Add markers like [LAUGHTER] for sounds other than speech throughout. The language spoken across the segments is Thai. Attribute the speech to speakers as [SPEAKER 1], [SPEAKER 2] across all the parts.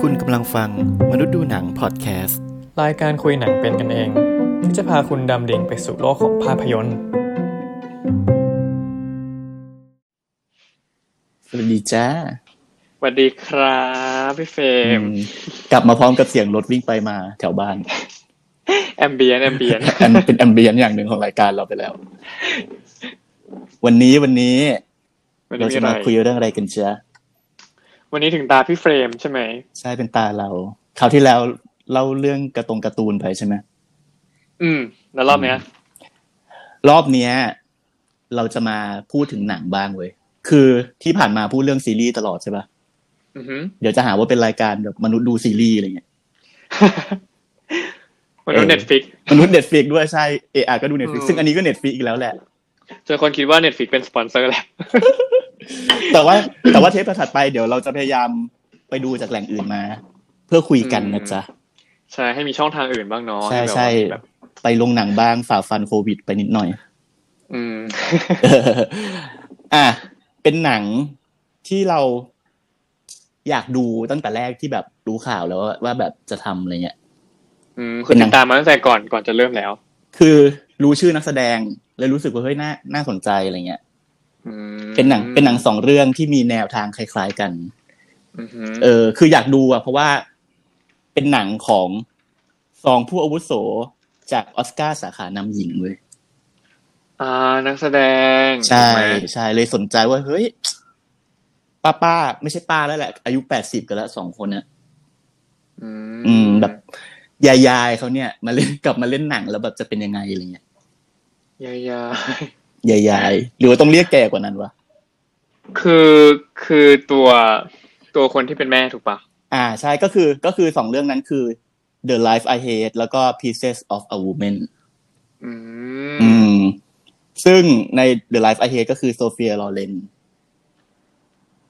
[SPEAKER 1] คุณกำลังฟังมนุษย์ดูหนังพอดแคสต์
[SPEAKER 2] รายการคุยหนังเป็นกันเอง ที่จะพาคุณดำดิ่งไปสู่โลกของภาพยนตร์
[SPEAKER 3] สวัสดีจ้า
[SPEAKER 2] สวัสดีครับพี่เฟร [LAUGHS] ม
[SPEAKER 3] อืมกลับมาพร้อมกับเสียงรถวิ่งไปมา [LAUGHS] แถวบ้าน
[SPEAKER 2] แอมเบียนแอมเบียน
[SPEAKER 3] อันเป็นแอมเบียนอย่างหนึ่งของรายการเราไปแล้ว วันนี้วันนี้
[SPEAKER 2] วันนี้
[SPEAKER 3] เรา
[SPEAKER 2] มี
[SPEAKER 3] จะ
[SPEAKER 2] อะไร
[SPEAKER 3] มาคุยเรื่องอะไรกันจ๊ะ
[SPEAKER 2] วันนี้ถึงตาพี่เฟรมใช่ไหม
[SPEAKER 3] ใช่เป็นตาเรา คราวที่แล้วเล่าเรื่องกระตงการ์ตูนไปใช่ไหม
[SPEAKER 2] อืม แล้วรอบเนี้ย
[SPEAKER 3] รอบเนี้ย เราจะมาพูดถึงหนังบ้างเว้ยคือที่ผ่านมาพูดเรื่องซีรีส์ตลอดใช่ปะ
[SPEAKER 2] อือหือ
[SPEAKER 3] เดี๋ยวจะหาว่าเป็นรายการแบบมนุษย์ดูซีรีส์อะไรเงี้ย
[SPEAKER 2] วันนี้
[SPEAKER 3] เออ
[SPEAKER 2] เน็ตฟิก
[SPEAKER 3] มนุษย์เน็ตฟลิกด้วยใช่เออก็ดูเน็ตฟลิก
[SPEAKER 2] อืม
[SPEAKER 3] ซึ่งอันนี้ก็เน็ตฟลิกอีกแล้วแหละ
[SPEAKER 2] จนคนคิดว่าเน็ตฟิกเป็นสปอนเซอร์แล้ว
[SPEAKER 3] แต่ว่าแต่ว่าเทปถัดๆไปเดี๋ยวเราจะพยายามไปดูจากแหล่งอื่นมา เพื่อคุยกันนะจ๊ะ
[SPEAKER 2] ใช่ให้มีช่องทางอื่นบ้างเนาะ
[SPEAKER 3] ใช่
[SPEAKER 2] ห้แบบ
[SPEAKER 3] ใช่
[SPEAKER 2] แบบ
[SPEAKER 3] ไปลงหนังบ้างฝ่าฟันโควิดไปนิดหน่อย
[SPEAKER 2] อืม
[SPEAKER 3] อ่ะเป็นหนังที่เราอยากดูตั้งแต่แรกที่แบบรู้ข่าวแล้วว่าว่าแบบจะทำอะไรเงี้ย
[SPEAKER 2] อืมคือ
[SPEAKER 3] เป็นหนั
[SPEAKER 2] ติ
[SPEAKER 3] ง
[SPEAKER 2] ดตามมาตั้งแต่ก่อนก่อนจะเริ่มแล้ว
[SPEAKER 3] คือรู้ชื่อนักแสดงเลยรู้สึกว่าเฮ้ยน่าน่าสนใจอะไรเงี้ย
[SPEAKER 2] อืม
[SPEAKER 3] เป็นหนังเป็นหนังสองเรื่องที่มีแนวทางคล้ายๆกัน
[SPEAKER 2] อือหือ
[SPEAKER 3] เออคืออยากดูอ่ะเพราะว่าเป็นหนังของสองผู้อาวุโสจากออสการ์สาขานำหญิงเลย
[SPEAKER 2] อ่านักแสดง
[SPEAKER 3] ใช่
[SPEAKER 2] ไหม
[SPEAKER 3] ใช่เลยสนใจว่าเฮ้ยป้าป้าไม่ใช่ป้าแล้วแหละ อายุแปดสิบกันแล้วสองคนนะ
[SPEAKER 2] อืม
[SPEAKER 3] อืม แบบยายๆเขาเนี่ย มาเล่น [LAUGHS] กลับมาเล่นหนังแล้วแบบจะเป็นยังไงอะไรเงี้ย
[SPEAKER 2] ยายา [LAUGHS]
[SPEAKER 3] ยายๆหรือว่าต้องเรียกแก่กว่านั้นวะ
[SPEAKER 2] คือคือตัวตัวคนที่เป็นแม่ถูกปะ
[SPEAKER 3] อ่า ใช่ก็คือก็คือสองเรื่องนั้นคือ The Life I Hate แล้วก็ Pieces of a Woman
[SPEAKER 2] อื
[SPEAKER 3] อืม
[SPEAKER 2] ม
[SPEAKER 3] ซึ่งใน The Life I Hate ก็คือโซเฟียลอเรน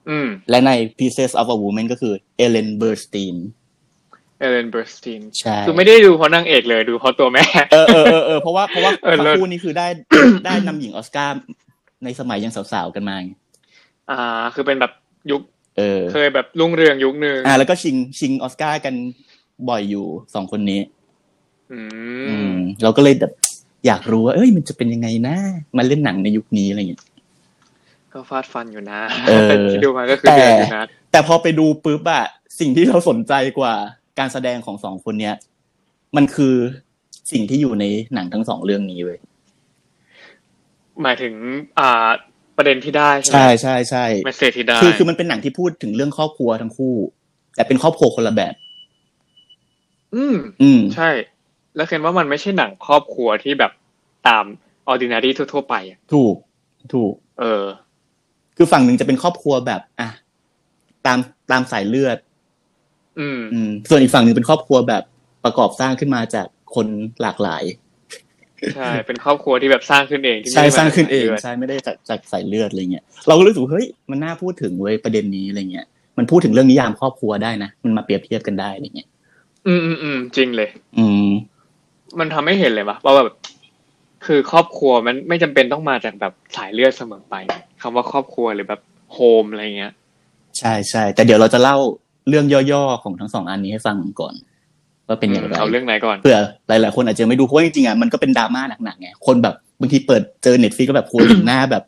[SPEAKER 2] อืม
[SPEAKER 3] และใน Pieces of a Woman ก็คือเอเลนเบอร์สตีน
[SPEAKER 2] เอเลนเบอร์สตีน
[SPEAKER 3] ใช่
[SPEAKER 2] คือไม่ได้ดูเพราะนางเอกเลยดูเพราะตัวแม่ [LAUGHS]
[SPEAKER 3] เออเออเออเออเพราะว่าเพราะว่า
[SPEAKER 2] เออ
[SPEAKER 3] ทั้
[SPEAKER 2] เลิ
[SPEAKER 3] ง
[SPEAKER 2] ศ
[SPEAKER 3] คู่นี้คือได้ [COUGHS] ได้นำหญิงออสการ์ในสมัยยังสาวๆกันมาไง
[SPEAKER 2] อ่า คือเป็นแบบยุค
[SPEAKER 3] เออ
[SPEAKER 2] เคยแบบรุ่งเรืองยุคหนึ่ง
[SPEAKER 3] อ่า แล้วก็ชิงชิงออสการ์กันบ่อยอยู่สองคนนี้
[SPEAKER 2] อื
[SPEAKER 3] อื
[SPEAKER 2] ม
[SPEAKER 3] ม เราก็เลยแบบอยากรู้ว่าเอ้ยมันจะเป็นยังไงนะมาเล่นหนังในยุคนี้อะไรอย่างเงี้ย
[SPEAKER 2] ก็ฟาดฟันอยู่นะ
[SPEAKER 3] เออ
[SPEAKER 2] [LAUGHS] ที่ดูมาก็คือ
[SPEAKER 3] แต่
[SPEAKER 2] เดือดอยู่นะ
[SPEAKER 3] แต่พอไปดูปุ๊บอะสิ่งที่เราสนใจกว่าการแสดงของสองคนเนี้ย มันคือสิ่งที่อยู่ในหนังทั้งสองเรื่องนี้เว้ย
[SPEAKER 2] หมายถึง อ่า ประเด็นที่ได้ใช่
[SPEAKER 3] ใช่
[SPEAKER 2] ไหม
[SPEAKER 3] ใช่ใช่
[SPEAKER 2] เมสเซจที่ได้
[SPEAKER 3] คือคือมันเป็นหนังที่พูดถึงเรื่องครอบครัวทั้งคู่ แต่เป็นครอบครัวคนละแบบ
[SPEAKER 2] อืม
[SPEAKER 3] อืม
[SPEAKER 2] ใช่ แล้วเคนว่ามันไม่ใช่หนังครอบครัวที่แบบตามออร์ดินารีทั่วๆไปอะ
[SPEAKER 3] ถูก ถูก
[SPEAKER 2] เออ
[SPEAKER 3] คือฝั่งหนึ่งจะเป็นครอบครัวแบบ อ่ะตามตามสายเลือด
[SPEAKER 2] อืม
[SPEAKER 3] อืม ส่วนอีกฝั่งหนึ่งเป็นครอบครัวแบบประกอบสร้างขึ้นมาจากคนหลากหลาย
[SPEAKER 2] ใช่ เป็นครอบครัวที่แบบสร้างขึ้นเองที่ไม่
[SPEAKER 3] ใช่
[SPEAKER 2] ได้ม
[SPEAKER 3] สร้างขึ้นเอง
[SPEAKER 2] จก
[SPEAKER 3] ใช่ไม่ได้จากจากสายเลือดอะไรเงี้ยเราก็รู้สึกว่าเฮ้ยมันน่าพูดถึงเว้ยประเด็นนี้อะไรเงี้ยมันพูดถึงเรื่องนิยามครอบครัวได้นะมันมาเปรียบเทียบกันได้อะไรเงี้ย
[SPEAKER 2] อืมอืมอืมจริงเลย
[SPEAKER 3] อืม
[SPEAKER 2] มันทำให้เห็นเลยปะว่าแบบ คือครอบครัวมันไม่จำเป็นต้องมาจากแบบสายเลือดเสมอไปคำว่าครอบครัวหรือแบบโฮมอะไรเงี้ย
[SPEAKER 3] ใช่ใช่แต่เดี๋ยวเราจะเล่าเรื่องย่อๆของทั้งสองอันนี้ให้ฟังก่อนว่าเป็นอย่างไร
[SPEAKER 2] เอาเรื่องไหนก่อน
[SPEAKER 3] เผื่อหลาย ๆ คนอาจจะไม่ดูเพราะว่าจริง ๆ อ่ะมันก็เป็นดราม่าหนัก ๆ ไง คนแบบบางทีเปิดเจอเน็ตฟิกก็แบบโหเห็นหน้าแบบ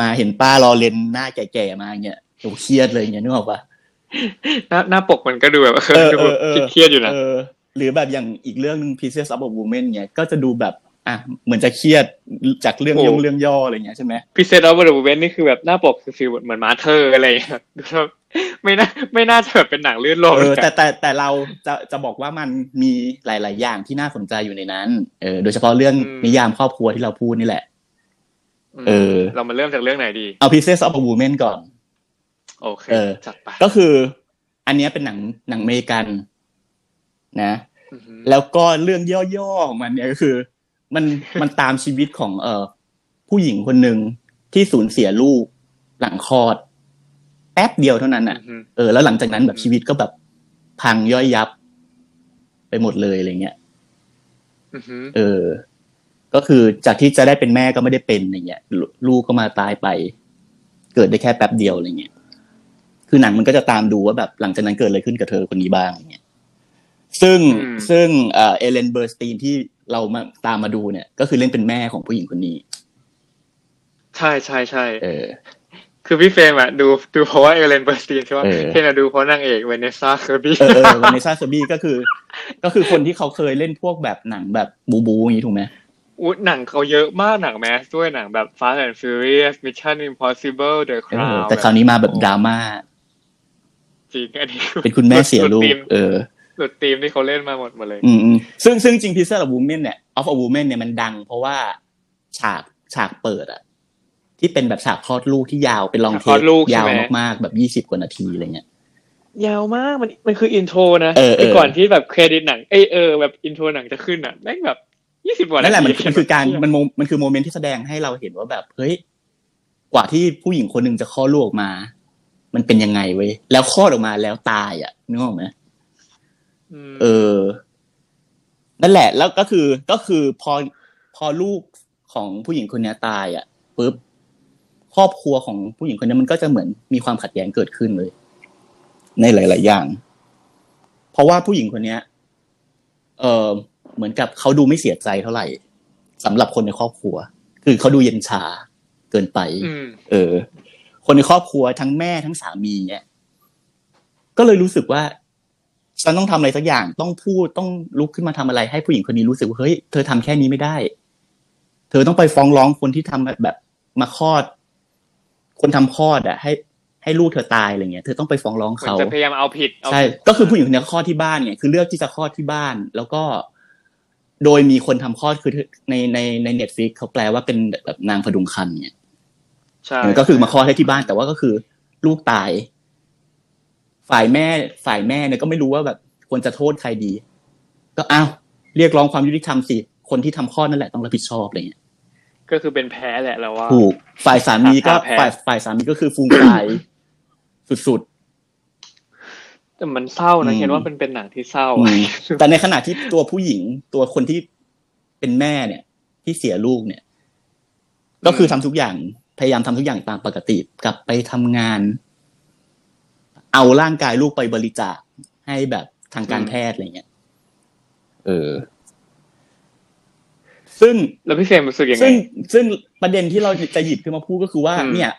[SPEAKER 3] มาเห็นป้ารอเลนหน้าแก่ ๆ มาอย่างเงี้ยโหเครียดเลยอย่างเงี้ยนึกออกปะ
[SPEAKER 2] หน้าหน้าปกมันก็ดูแบบเออดู
[SPEAKER 3] เออเออ
[SPEAKER 2] เครียดๆอยู่นะ
[SPEAKER 3] เออ หรือแบบอย่างอีกเรื่องหนึง Pieces of a Woman เนี่ยก็จะดูแบบอ่ะเหมือนจะเครียดจากเรื่อง
[SPEAKER 2] โอ้
[SPEAKER 3] ย่งเรื่องย่ออะไรเงี้ยใช่ไหม
[SPEAKER 2] พิเศษแล้วบริเวณนี่คือแบบหน้าปกคือฟีลเหมือนมาเธออะไรอย่างเงี้ [LAUGHS] ยดูแบบไม่น่าไม่น่าจะแบบเป็นหนังลื่นโลก
[SPEAKER 3] เออ
[SPEAKER 2] เลย
[SPEAKER 3] แต่แต่แต่เราจะจะบอกว่ามันมีหลาย ๆ อย่างที่น่าสนใจอยู่ในนั้นเออโดยเฉพาะเรื่องนิยามครอบครัวที่เราพูดนี่แหละ
[SPEAKER 2] ม
[SPEAKER 3] เออ
[SPEAKER 2] เรามาเริ่มจากเรื่องไหนดี
[SPEAKER 3] เอา Pieces of a Woman ก่อน
[SPEAKER 2] โอเค
[SPEAKER 3] เออ
[SPEAKER 2] จัดไป
[SPEAKER 3] ก็คืออันเนี้ยเป็นหนังหนังอเมริกันนะ
[SPEAKER 2] อือหือ
[SPEAKER 3] แล้วก็เรื่องย่อๆของมันเนี่ยก็คือ มันมันตามชีวิตของเออผู้หญิงคนหนึ่งที่สูญเสียลูกหลังคลอด แป๊บเดียวเท่านั้น
[SPEAKER 2] อื
[SPEAKER 3] อ่ะ
[SPEAKER 2] อหือ
[SPEAKER 3] เออแล้วหลังจากนั้นแบบชีวิตก็แบบพังย่อยยับ ไปหมดเลยอะไรเงี้ย
[SPEAKER 2] อือหือ
[SPEAKER 3] เออ ก็คือจากที่จะได้เป็นแม่ก็ไม่ได้เป็นอย่างเงี้ยลูลูกก็มาตายไป เกิดได้แค่แป๊บเดียวอะไรเงี้ยคือหนังมันก็จะตามดูว่าแบบหลังจากนั้นเกิดอะไรขึ้นกับเธอคนนี้บ้างอะไรเงี้ยซึ่ง
[SPEAKER 2] อืม
[SPEAKER 3] ซึ่งเอ่อเอเลนเบอร์สตีนที่เรามาตามมาดูเนี่ย ก็คือเล่นเป็นแม่ของผู้หญิงคนนี้
[SPEAKER 2] ใช่ใช่ใช่
[SPEAKER 3] เออ
[SPEAKER 2] คือพี่เฟรมอะดูดูเพราะว่าเอเลนเบอร์สตีนใช่ป่ะ
[SPEAKER 3] เออ
[SPEAKER 2] เทนอะดูเพราะนางเอกเวเนซ่าเคอร์บี้
[SPEAKER 3] เออเออ [LAUGHS] วานิซาเซอร์บี้ก็คือ ก็คือคนที่เขาเคยเล่นพวกแบบหนังแบบบูบูอย่างนี้ถูกไหม
[SPEAKER 2] อุยหนังเขาเยอะมากหนังแมสด้วยหนังแบบ Fast and Furious Mission Impossible The
[SPEAKER 3] เออ
[SPEAKER 2] Crown
[SPEAKER 3] แต่คราวนี้มาแบบดราม่า
[SPEAKER 2] จริงอันนี้
[SPEAKER 3] เป็นคุณแม่เสียลูก
[SPEAKER 2] หธีม
[SPEAKER 3] เออ
[SPEAKER 2] หลุดธีมที่เขาเล่นมาหมดหมดเลย
[SPEAKER 3] อืมอืมซึ่งซึ่งจริงพิซซ่า of women เนี่ย of a woman เนี่ยมันดัง เพราะว่าฉากฉากเปิดอะที่เป็นแบบฉากคลอดลูกที่ยาวเป็นลองเท
[SPEAKER 2] คลอ
[SPEAKER 3] ป
[SPEAKER 2] ดลูกใช่
[SPEAKER 3] ยาว
[SPEAKER 2] ไหม
[SPEAKER 3] มากๆ แบบยี่สิบ20 กว่านาทีอะไรเงี้ย
[SPEAKER 2] ยาวมากมันมันคืออินโทรนะ
[SPEAKER 3] เออเออ
[SPEAKER 2] คือก่อนที่แบบเครดิตหนังเอยเออแบบอินโทรหนังจะขึ้นอ่ะแม่งแบบยี่สิบกว่า
[SPEAKER 3] นั่
[SPEAKER 2] นั่
[SPEAKER 3] นแหละมันมันคือการมันโมมันคือโมเมนต์ที่แสดงให้เราเห็นว่าแบบเฮ้ยกว่าที่ผู้หญิงคนหนึ่งจะคลอดลูกออกมา มันเป็นยังไงเว้ยแล้วคลอดออกมาแล้วตายอะนึกออกไหม เออ นั่นแหละ แล้วก็คือ ก็คือพอ พอลูกของผู้หญิงคนเนี้ยตายอ่ะปุ๊บ ครอบครัวของผู้หญิงคนเนี้ยมันก็จะเหมือนมีความขัดแย้งเกิดขึ้นเลย ในหลาย ๆ อย่าง เพราะว่าผู้หญิงคนเนี้ย เออเหมือนกับเขาดูไม่เสียใจเท่าไหร่สำหรับคนในครอบครัว คือเขาดูเย็นชาเกินไป
[SPEAKER 2] อืม
[SPEAKER 3] เออ คนในครอบครัวทั้งแม่ทั้งสามีเนี่ยก็เลยรู้สึกว่า ฉันต้องทำอะไรสักอย่างต้องพูดต้องลุกขึ้นมาทำอะไร ให้ผู้หญิงคนนี้รู้สึกว่าเฮ้ยเธอทำแค่นี้ไม่ได้ เธอต้องไปฟ้องร้องคนที่ทำแบบมาคลอด คนทำคลอดอะให้ ให้ลูกเธอตายอะไรเงี้ยเธอต้องไปฟ้องร้อง
[SPEAKER 2] เหมือน
[SPEAKER 3] เขา
[SPEAKER 2] จะพยายามเอาผิดเอา
[SPEAKER 3] ใช่
[SPEAKER 2] ผิด
[SPEAKER 3] ก็คือผู้หญิงคนนี้คลอดที่บ้านเนี่ยคือเลือกที่จะคลอดที่บ้าน แล้วก็ โดยมีคนทำคลอดคือในในในเน็ตฟิกเขาแปลว่าเป็นแบบนางพดุงครรภ์เนี่ย
[SPEAKER 2] ใช่
[SPEAKER 3] เออก็คือมาคลอดให้ที่บ้านแต่ว่าก็คือลูกตาย ฝ่ายแม่ฝ่ายแม่เนี่ยก็ไม่รู้ว่าแบบควรจะโทษใครดี ก็อ้าวเรียกร้องความยุติธรรมสิคนที่ทำคลอดนั่นแหละต้องรับผิดชอบอะไรเงี้ย
[SPEAKER 2] ก็คือเป็นแพ้แหละเราว่า
[SPEAKER 3] ถูกฝ่ายสามีก็
[SPEAKER 2] ขาดแผน
[SPEAKER 3] ฝ่ายฝ่ายสามีก็คือฟูงไายสุด
[SPEAKER 2] แต่มันเศร้านะ
[SPEAKER 3] อืม
[SPEAKER 2] เห็นว่ามันเป็นหนังที่เศร้า
[SPEAKER 3] ๆอืมแต่ในขณะที่ตัวผู้หญิงตัวคนที่เป็นแม่เนี่ย ที่เสียลูกเนี่ย ก็คือทำทุกอย่างพยายามทำทุกอย่างตามปกติกลับไปทำงาน เอาร่างกายลูกไปบริจาคให้แบบทางการ
[SPEAKER 2] อืม
[SPEAKER 3] แพทย์อะไรเงี้ยเออ ซึ่ง
[SPEAKER 2] แล้วพี่เฟรมรู้สึกยังไง
[SPEAKER 3] ซึ่งซึ่งประเด็นที่เราจะหยิบขึ้นมาพูดก็คือว่า
[SPEAKER 2] อืม
[SPEAKER 3] เนี่ย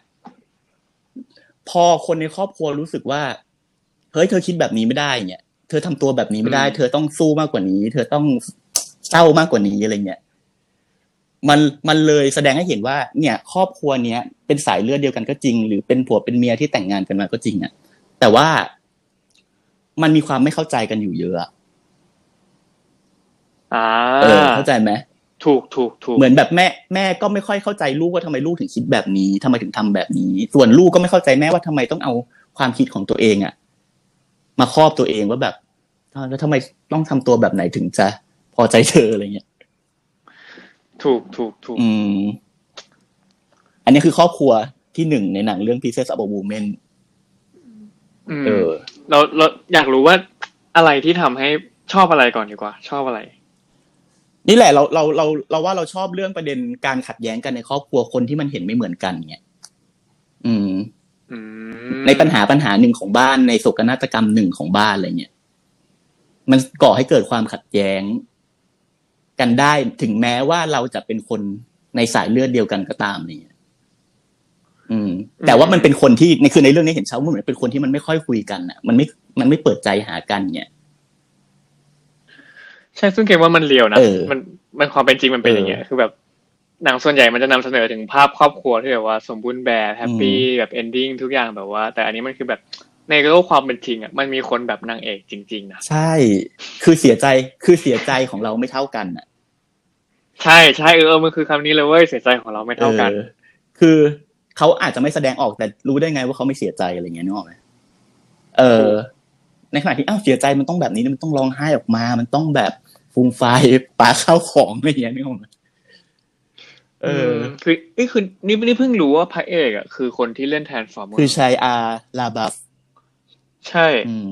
[SPEAKER 3] พอคนในครอบครัวรู้สึกว่าเฮ้ยเธอคิดแบบนี้ไม่ได้เนี่ยเธอทำตัวแบบนี้ไม่ได้ เธอต้องสู้มากกว่านี้ เธอต้องเศร้ามากกว่านี้อะไรเงี้ย มันมันเลยแสดงให้เห็นว่า เนี่ย ครอบครัวเนี้ยเป็นสายเลือดเดียวกันก็จริง หรือเป็นผัวเป็นเมียที่แต่งงานกันมาก็จริงอะแต่ว่ามันมีความไม่เข้าใจกันอยู่เยอะอะ
[SPEAKER 2] อ่า
[SPEAKER 3] เออเข้าใจไหม
[SPEAKER 2] ถูกถูกถูก
[SPEAKER 3] เหมือนแบบแม่แม่ก็ไม่ค่อยเข้าใจลูกว่าทำไมลูกถึงคิดแบบนี้ทำไมถึงทำแบบนี้ ส่วนลูกก็ไม่เข้าใจแม่ว่าทำไมต้องเอาความคิดของตัวเองอะมาครอบตัวเองว่าแบบอ้าวแล้วทำไมต้องทำตัวแบบไหนถึงจะพอใจเธออะไรเงี้ย
[SPEAKER 2] ถูกถูกถูก
[SPEAKER 3] อืม อันนี้คือครอบครัวที่หนึ่งในหนังเรื่อง Princess of a Woman
[SPEAKER 2] อืม
[SPEAKER 3] เออ
[SPEAKER 2] เราเราอยากรู้ว่าอะไรที่ทำให้ชอบอะไรก่อนดีกว่า ชอบอะไร
[SPEAKER 3] นี่แหละเราเราเราเราว่าเราชอบเรื่องประเด็นการขัดแย้งกันในครอบครัวคนที่มันเห็นไม่เหมือนกันเนี่ยอืม
[SPEAKER 2] อืม
[SPEAKER 3] ในปัญหาปัญหาหนึ่งของบ้านในโศกนาฏกรรมหนึ่งของบ้านอะไรเงี้ยมันก่อให้เกิดความขัดแย้ง กันได้ถึงแม้ว่าเราจะเป็นคนในสายเลือดเดียวกันก็ตามเนี่ยอืม แต่ว่ามันเป็นคนที่ในคือในเรื่องนี้เห็นเช้าว่าเหมือนเป็นคนที่มันไม่ค่อยคุยกันอ่ะ มันไม่มันไม่เปิดใจหากันเนี่ย
[SPEAKER 2] ใช่ซึ่งเกมว่ามันเลียวนะ
[SPEAKER 3] เออ
[SPEAKER 2] มันมันความเป็นจริงมันเป็นอย่างเงี้ยคือแบบหนังส่วนใหญ่มันจะนำเสนอถึงภาพครอบครัวที่แบบว่าสมบูรณ์แบบแฮปปี้แบบเอนดิ้งทุกอย่างแบบว่า แต่อันนี้มันคือแบบในโลกความเป็นจริงอ่ะมันมีคนแบบนางเอกจริงๆนะ
[SPEAKER 3] ใช่ คือเสียใจคือเสียใจของเราไม่เท่ากันอ่ะ
[SPEAKER 2] ใช่ใช่เออเออมันคือคำนี้เลยเว้ยเสียใจของเราไม่เท่ากัน
[SPEAKER 3] ออคือเขาอาจจะไม่แสดงออกแต่รู้ได้ไงว่าเขาไม่เสียใจอะไรเงี้ยนึกออกไหมเออ ในขณะที่อ้าวเสียใจมันต้องแบบนี้นะมันต้องร้องไห้ออกมา มันต้องแบบฟูมไฟาย [LAUGHS] ปาข้าวของอะไรเงี้ยนึกออกไหมเอออ
[SPEAKER 2] คือนี่คือนี่นี่เพิ่งรู้ว่าพระเอกอ่ะคือคนที่เล่นแทนฟอร์ม
[SPEAKER 3] คือชายอาลาบับ
[SPEAKER 2] ใช่
[SPEAKER 3] อืม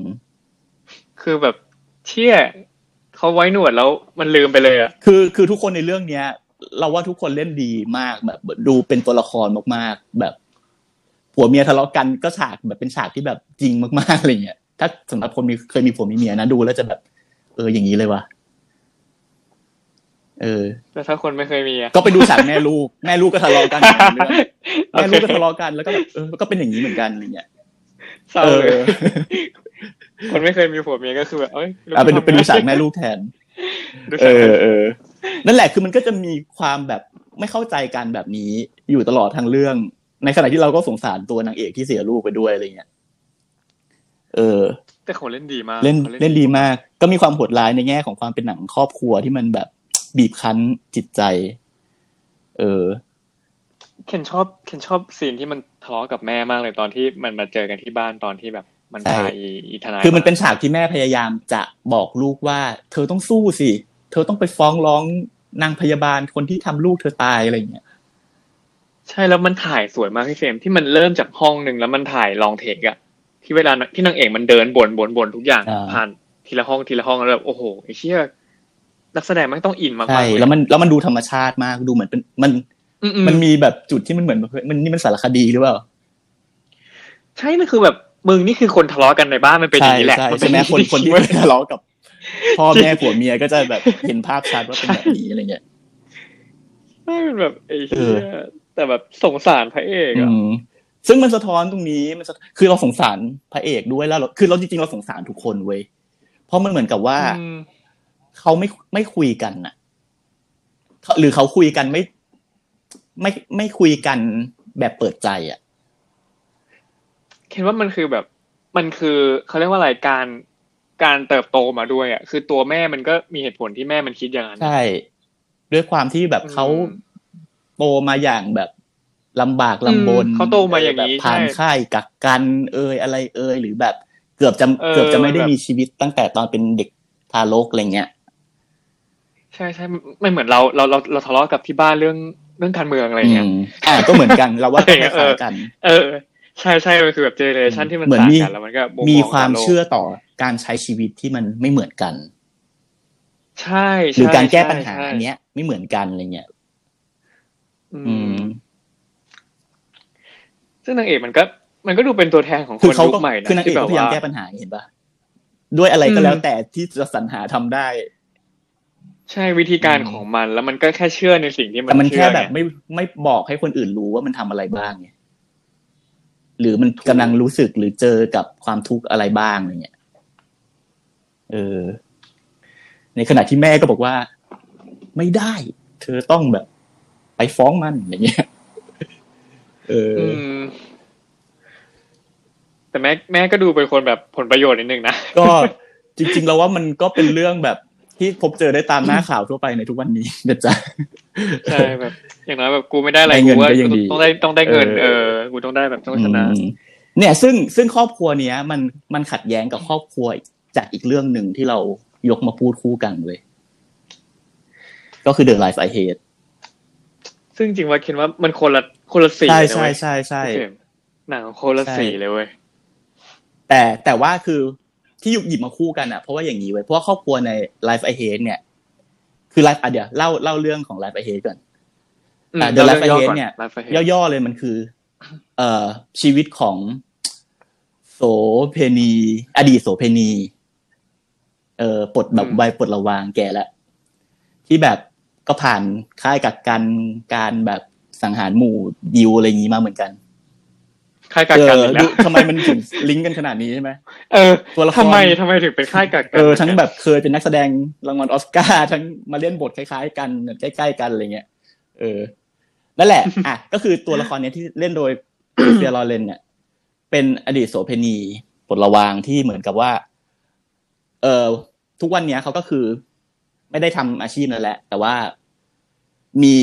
[SPEAKER 2] คือแบบเชี่ยเขาไว้หนวดแล้วมันลืมไปเลยอ่ะ
[SPEAKER 3] คือคือทุกคนในเรื่องเนี้ย เราว่าทุกคนเล่นดีมากแบบดูเป็นตัวละครมากๆ แบบ ผัวเมียทะเลาะกันก็ฉากแบบเป็นฉากที่แบบจริงมากๆอะไรเงี้ยถ้าสำหรับคนมีเคยมีผัวมีเมียนะดูแล้วจะแบบ เอออย่างนี้เลยว่ะเออ
[SPEAKER 2] แล้วถ้าคนไม่เคยมีอะ
[SPEAKER 3] ก็ไปดูฉากแม่ลูก [LAUGHS] แม่ลูกก็ทะเลาะกันอย่างนั้นด้วยแม่ลูกก็ทะ
[SPEAKER 2] [LAUGHS] โอ
[SPEAKER 3] เลาะกันแล้วก็แบบเออก็เป็นอย่างนี้เหมือนกันอะไรเงี้ย
[SPEAKER 2] [LAUGHS] เคเศร้า
[SPEAKER 3] เอ
[SPEAKER 2] เล
[SPEAKER 3] อ
[SPEAKER 2] ย [LAUGHS] คนไม่เคยมีผัวเมียก็คือแบบเอ้ย
[SPEAKER 3] เอาเป็นเป็นดูฉากแม่ลูกแทน
[SPEAKER 2] ดู
[SPEAKER 3] เอ
[SPEAKER 2] ฉาก
[SPEAKER 3] อเออ นั่นแหละคือมันก็จะมีความแบบไม่เข้าใจกันแบบนี้อยู่ตลอดทางเรื่อง ในขณะที่เราก็สงสารตัวนางเอกที่เสียลูกไปด้วยอะไรเงี้ย เออ
[SPEAKER 2] แต่เขาเล่นดีมาก
[SPEAKER 3] เล่น
[SPEAKER 2] ขา
[SPEAKER 3] เล่นดีมาก ก็มีความโหดร้ายในแง่ของความเป็นหนังครอบครัวที่มันแบบบีบคั้นจิตใจ เออ
[SPEAKER 2] เคนชอบเคนชอบซีนที่มันทะเลาะกับแม่มากเลยตอนที่มันมาเจอกันที่บ้านตอนที่แบบมัน
[SPEAKER 3] ใช่
[SPEAKER 2] พาอีอีทนาย
[SPEAKER 3] คือมันเป็นฉากที่แม่พยายามจะบอกลูกว่า เธอต้องสู้สิ เธอต้องไปฟ้องร้องนางพยาบาลคนที่ทำลูกเธอตายอะไรเงี้ย
[SPEAKER 2] ใช่แล้วมันถ่ายสวยมากพี่เฟรมที่มันเริ่มจากห้องหนึ่งแล้วมันถ่ายลองเทคอะที่เวลาที่นางเอกมันเดินบนบนบนทุกอย่าง
[SPEAKER 3] อ่า
[SPEAKER 2] ผ่านทีละห้องทีละห้องแล้วแบบโอ้โหไอ้เชี่ยนักแสดงมันต้องอินมากๆ
[SPEAKER 3] ใช่
[SPEAKER 2] เย
[SPEAKER 3] แล้วมันแล้วมันดูธรรมชาติมาก ดูเหมือนเป็นมัน
[SPEAKER 2] อืๆ
[SPEAKER 3] มันมีแบบจุดที่มันเหมือนแบบเฮ้ยมันนี่มันสารคดีหรือเปล่า
[SPEAKER 2] ใช่มันคือแบบมึงนี่คือคนทะเลาะกันในบ้านมันเป็นอย่างนี้แหละ
[SPEAKER 3] ใช่
[SPEAKER 2] นเป็
[SPEAKER 3] ใช่ไหม
[SPEAKER 2] อย่าง
[SPEAKER 3] คนคนที่
[SPEAKER 2] เว้ย [LAUGHS]
[SPEAKER 3] ทะเลาะกับพ่อแม่ผัวเมียก็จะแบบเห็นภาพชัดว่าเป็นแบบนี้อะไรเงี้ย
[SPEAKER 2] [LAUGHS] ใช่มันแบบไอ้เหี้
[SPEAKER 3] เออ
[SPEAKER 2] ยแต่แบบสงสารพระเอกอะ
[SPEAKER 3] อืมซึ่งมันสะท้อนตรงนี้มันสะคือเราสงสารพระเอกด้วยแล้วเราคือเราจริงๆเราสงสารทุกคนเว้ยเพราะมันเหมือนกับว่า
[SPEAKER 2] อืม
[SPEAKER 3] เขาไม่ไม่คุยกันน่ะเขาหรือเขาคุยกันไม่ ไม่ไม่คุยกันแบบเปิดใจอ่ะ
[SPEAKER 2] เคนว่ามันคือแบบมันคือเขาเรียกว่าอะไรการการเติบโตมาด้วยอะคือตัวแม่มันก็มีเหตุผลที่แม่มันคิดอย่างนั้น
[SPEAKER 3] ใช่ ด้วยความที่แบบ
[SPEAKER 2] อืม
[SPEAKER 3] เขาโตมาอย่างแบบลำบากลำบน
[SPEAKER 2] อืมเขาโตมาอย่างนี้
[SPEAKER 3] นี้ผ่าน
[SPEAKER 2] ใช่
[SPEAKER 3] ค่ายกักกัน เอยอะไรเอยหรือแบบ เกือบจะ
[SPEAKER 2] เออ
[SPEAKER 3] เกือบจะไม่ได้
[SPEAKER 2] แบบ
[SPEAKER 3] มีชีวิตตั้งแต่ตอนเป็นเด็กทารกอะไรเงี้ย
[SPEAKER 2] ใช่ใช่มันมันเหมือนเราเราเราเราทะเลาะกับที่บ้านเรื่องเรื่องการเมืองอะไร
[SPEAKER 3] อื
[SPEAKER 2] เงี้ย
[SPEAKER 3] มอ่าก็เหมือนกัน เราว่าก็ค
[SPEAKER 2] เอ
[SPEAKER 3] ล้า
[SPEAKER 2] อ
[SPEAKER 3] ยๆกัน
[SPEAKER 2] เออ ใช่ใช่มันคือแบบเจเนอเรชันที่มัน
[SPEAKER 3] เหมือน
[SPEAKER 2] ต่าง
[SPEAKER 3] มี
[SPEAKER 2] กันแล้วมันก็ [LAUGHS] บ่ง
[SPEAKER 3] มี
[SPEAKER 2] บอก
[SPEAKER 3] ควา
[SPEAKER 2] ต่
[SPEAKER 3] ม
[SPEAKER 2] โลก
[SPEAKER 3] เชื่อต่อการใช้ชีวิตที่มันไม่เหมือนกัน
[SPEAKER 2] ใช่
[SPEAKER 3] หรือการแก้ปัญหา
[SPEAKER 2] ใช่
[SPEAKER 3] อันเนี้ย ไม่เหมือนกันอะไรเงี้ย
[SPEAKER 2] อื
[SPEAKER 3] อื
[SPEAKER 2] ม
[SPEAKER 3] ม
[SPEAKER 2] ซึ่งนางเอกมันก็มันก็ดูเป็นตัวแทนของค
[SPEAKER 3] คือน เขา
[SPEAKER 2] ยุ
[SPEAKER 3] ก็
[SPEAKER 2] คใหม่นะ
[SPEAKER 3] คือนางเอกก็พ
[SPEAKER 2] ที่แบบ
[SPEAKER 3] ยายาม
[SPEAKER 2] ว่า
[SPEAKER 3] แก้ปัญหาเห็นปะด้วยอะไรก็แล้ว
[SPEAKER 2] อืม
[SPEAKER 3] แต่ที่จะสรรหาทำได้
[SPEAKER 2] ใช่วิธีการ
[SPEAKER 3] อืม
[SPEAKER 2] ของมัน แล้วมันก็แค่เชื่อในสิ่งที่มัน
[SPEAKER 3] แต่มันแค่
[SPEAKER 2] เชื่อ
[SPEAKER 3] แบบ
[SPEAKER 2] ไง
[SPEAKER 3] ไม่ไม่บอกให้คนอื่นรู้ว่ามันทำอะไรบ้างไงหรือมันกำลังรู้สึกหรือเจอกับความทุกข์อะไรบ้างอะไรเงี้ยเออ ในขณะที่แม่ก็บอกว่า ไม่ได้ เธอต้องแบบ ไปฟ้องมันอย่างเงี้ยเออ
[SPEAKER 2] อืม แต่แม่แม่ก็ดูเป็นคนแบบผลประโยชน์นิดนึง
[SPEAKER 3] [LAUGHS]
[SPEAKER 2] นะ
[SPEAKER 3] ก็จริง ๆ แล้วว่ามันก็เป็นเรื่องแบบที่พบเจอได้ตามหน้าข่าวทั่วไปในทุกวันนี้นะจ๊ะ
[SPEAKER 2] ใช่แบบ อย่างน้อยแบบกูไม่ได้อะไร
[SPEAKER 3] ได้เงิน
[SPEAKER 2] กูว่า
[SPEAKER 3] ก็ยังดี
[SPEAKER 2] ต้องได้ต้องได้เงิน
[SPEAKER 3] เอ
[SPEAKER 2] เอ
[SPEAKER 3] อ
[SPEAKER 2] อ กูต้องได้แบบต้องชนะ
[SPEAKER 3] อืมเนี่ยซึ่งซึ่งครอบครัวเนี้ย มันมันขัดแย้งกับครอบครัวจากอีกเรื่องหนึ่งที่เรายกมาพูดคู่กันเลย ก็คือเดินลายสายเหตุ
[SPEAKER 2] ซึ่งจริงว่าคิดว่ามันคนละคนละสี
[SPEAKER 3] ใช่
[SPEAKER 2] เลยนะ
[SPEAKER 3] ใช่
[SPEAKER 2] เว้ย
[SPEAKER 3] ใช่ใช่
[SPEAKER 2] พี่เข็มหนังคนละ
[SPEAKER 3] ใช่
[SPEAKER 2] สีเลยเว้ย
[SPEAKER 3] แต่แต่ว่าคือที่หยิบมาคู่กันอ่ะเพราะว่าอย่างนี้ไว้ยเพราะว่าครอบครัวในไลฟ์ไอเฮดเนี่ย คือไลฟ์อ่ะเดี๋ยวเล่าเล่าเรื่องของไลฟ์ไอเฮดก่อน
[SPEAKER 2] อืม
[SPEAKER 3] อ่ะ The
[SPEAKER 2] รา
[SPEAKER 3] Last
[SPEAKER 2] รื่อง
[SPEAKER 3] Ahead
[SPEAKER 2] ก่อ
[SPEAKER 3] เนี่ย
[SPEAKER 2] Last Ahead
[SPEAKER 3] ย่อๆเลยมันคือ เอ่อชีวิตของโสเพณี อดีตโสเพณี เอ่อปลดแบบ
[SPEAKER 2] อืม
[SPEAKER 3] วัยปลดระวางแก่แล้วที่แบบก็ผ่านค่ายกักกันการแบบสังหารหมู่ยิวอะไรอย่างนี้มาเหมือนกัน
[SPEAKER 2] ค่ายกักกันอีก
[SPEAKER 3] เออ
[SPEAKER 2] แล้
[SPEAKER 3] ดู
[SPEAKER 2] ว
[SPEAKER 3] ทำไมมันถึง [LAUGHS] ลิงก์กันขนาดนี้ใช่ไหม
[SPEAKER 2] [LAUGHS] เออ
[SPEAKER 3] ตัวละคร
[SPEAKER 2] ทำไมทำไมถึงเป็นค่ายกักกั
[SPEAKER 3] เออทั้งแบบเคยเป็นนักแสดงรางวัลออสการ์ทั้ง [LAUGHS] มาเล่นบทคล้ายๆ กันใกล้ๆกันอะไรเงี้ยเออนั่นแหละ อ่ะ ก็คือตัวละครเนี้ยที่เล่นโดย [COUGHS] เฟียร์ลอเรนเนี่ย เป็นอดีตโสเภณีปลดระวางที่เหมือนกับว่า เออทุกวันเนี้ยเขาก็คือ ไม่ได้ทำอาชีพนั่นแหละ แต่ว่ามี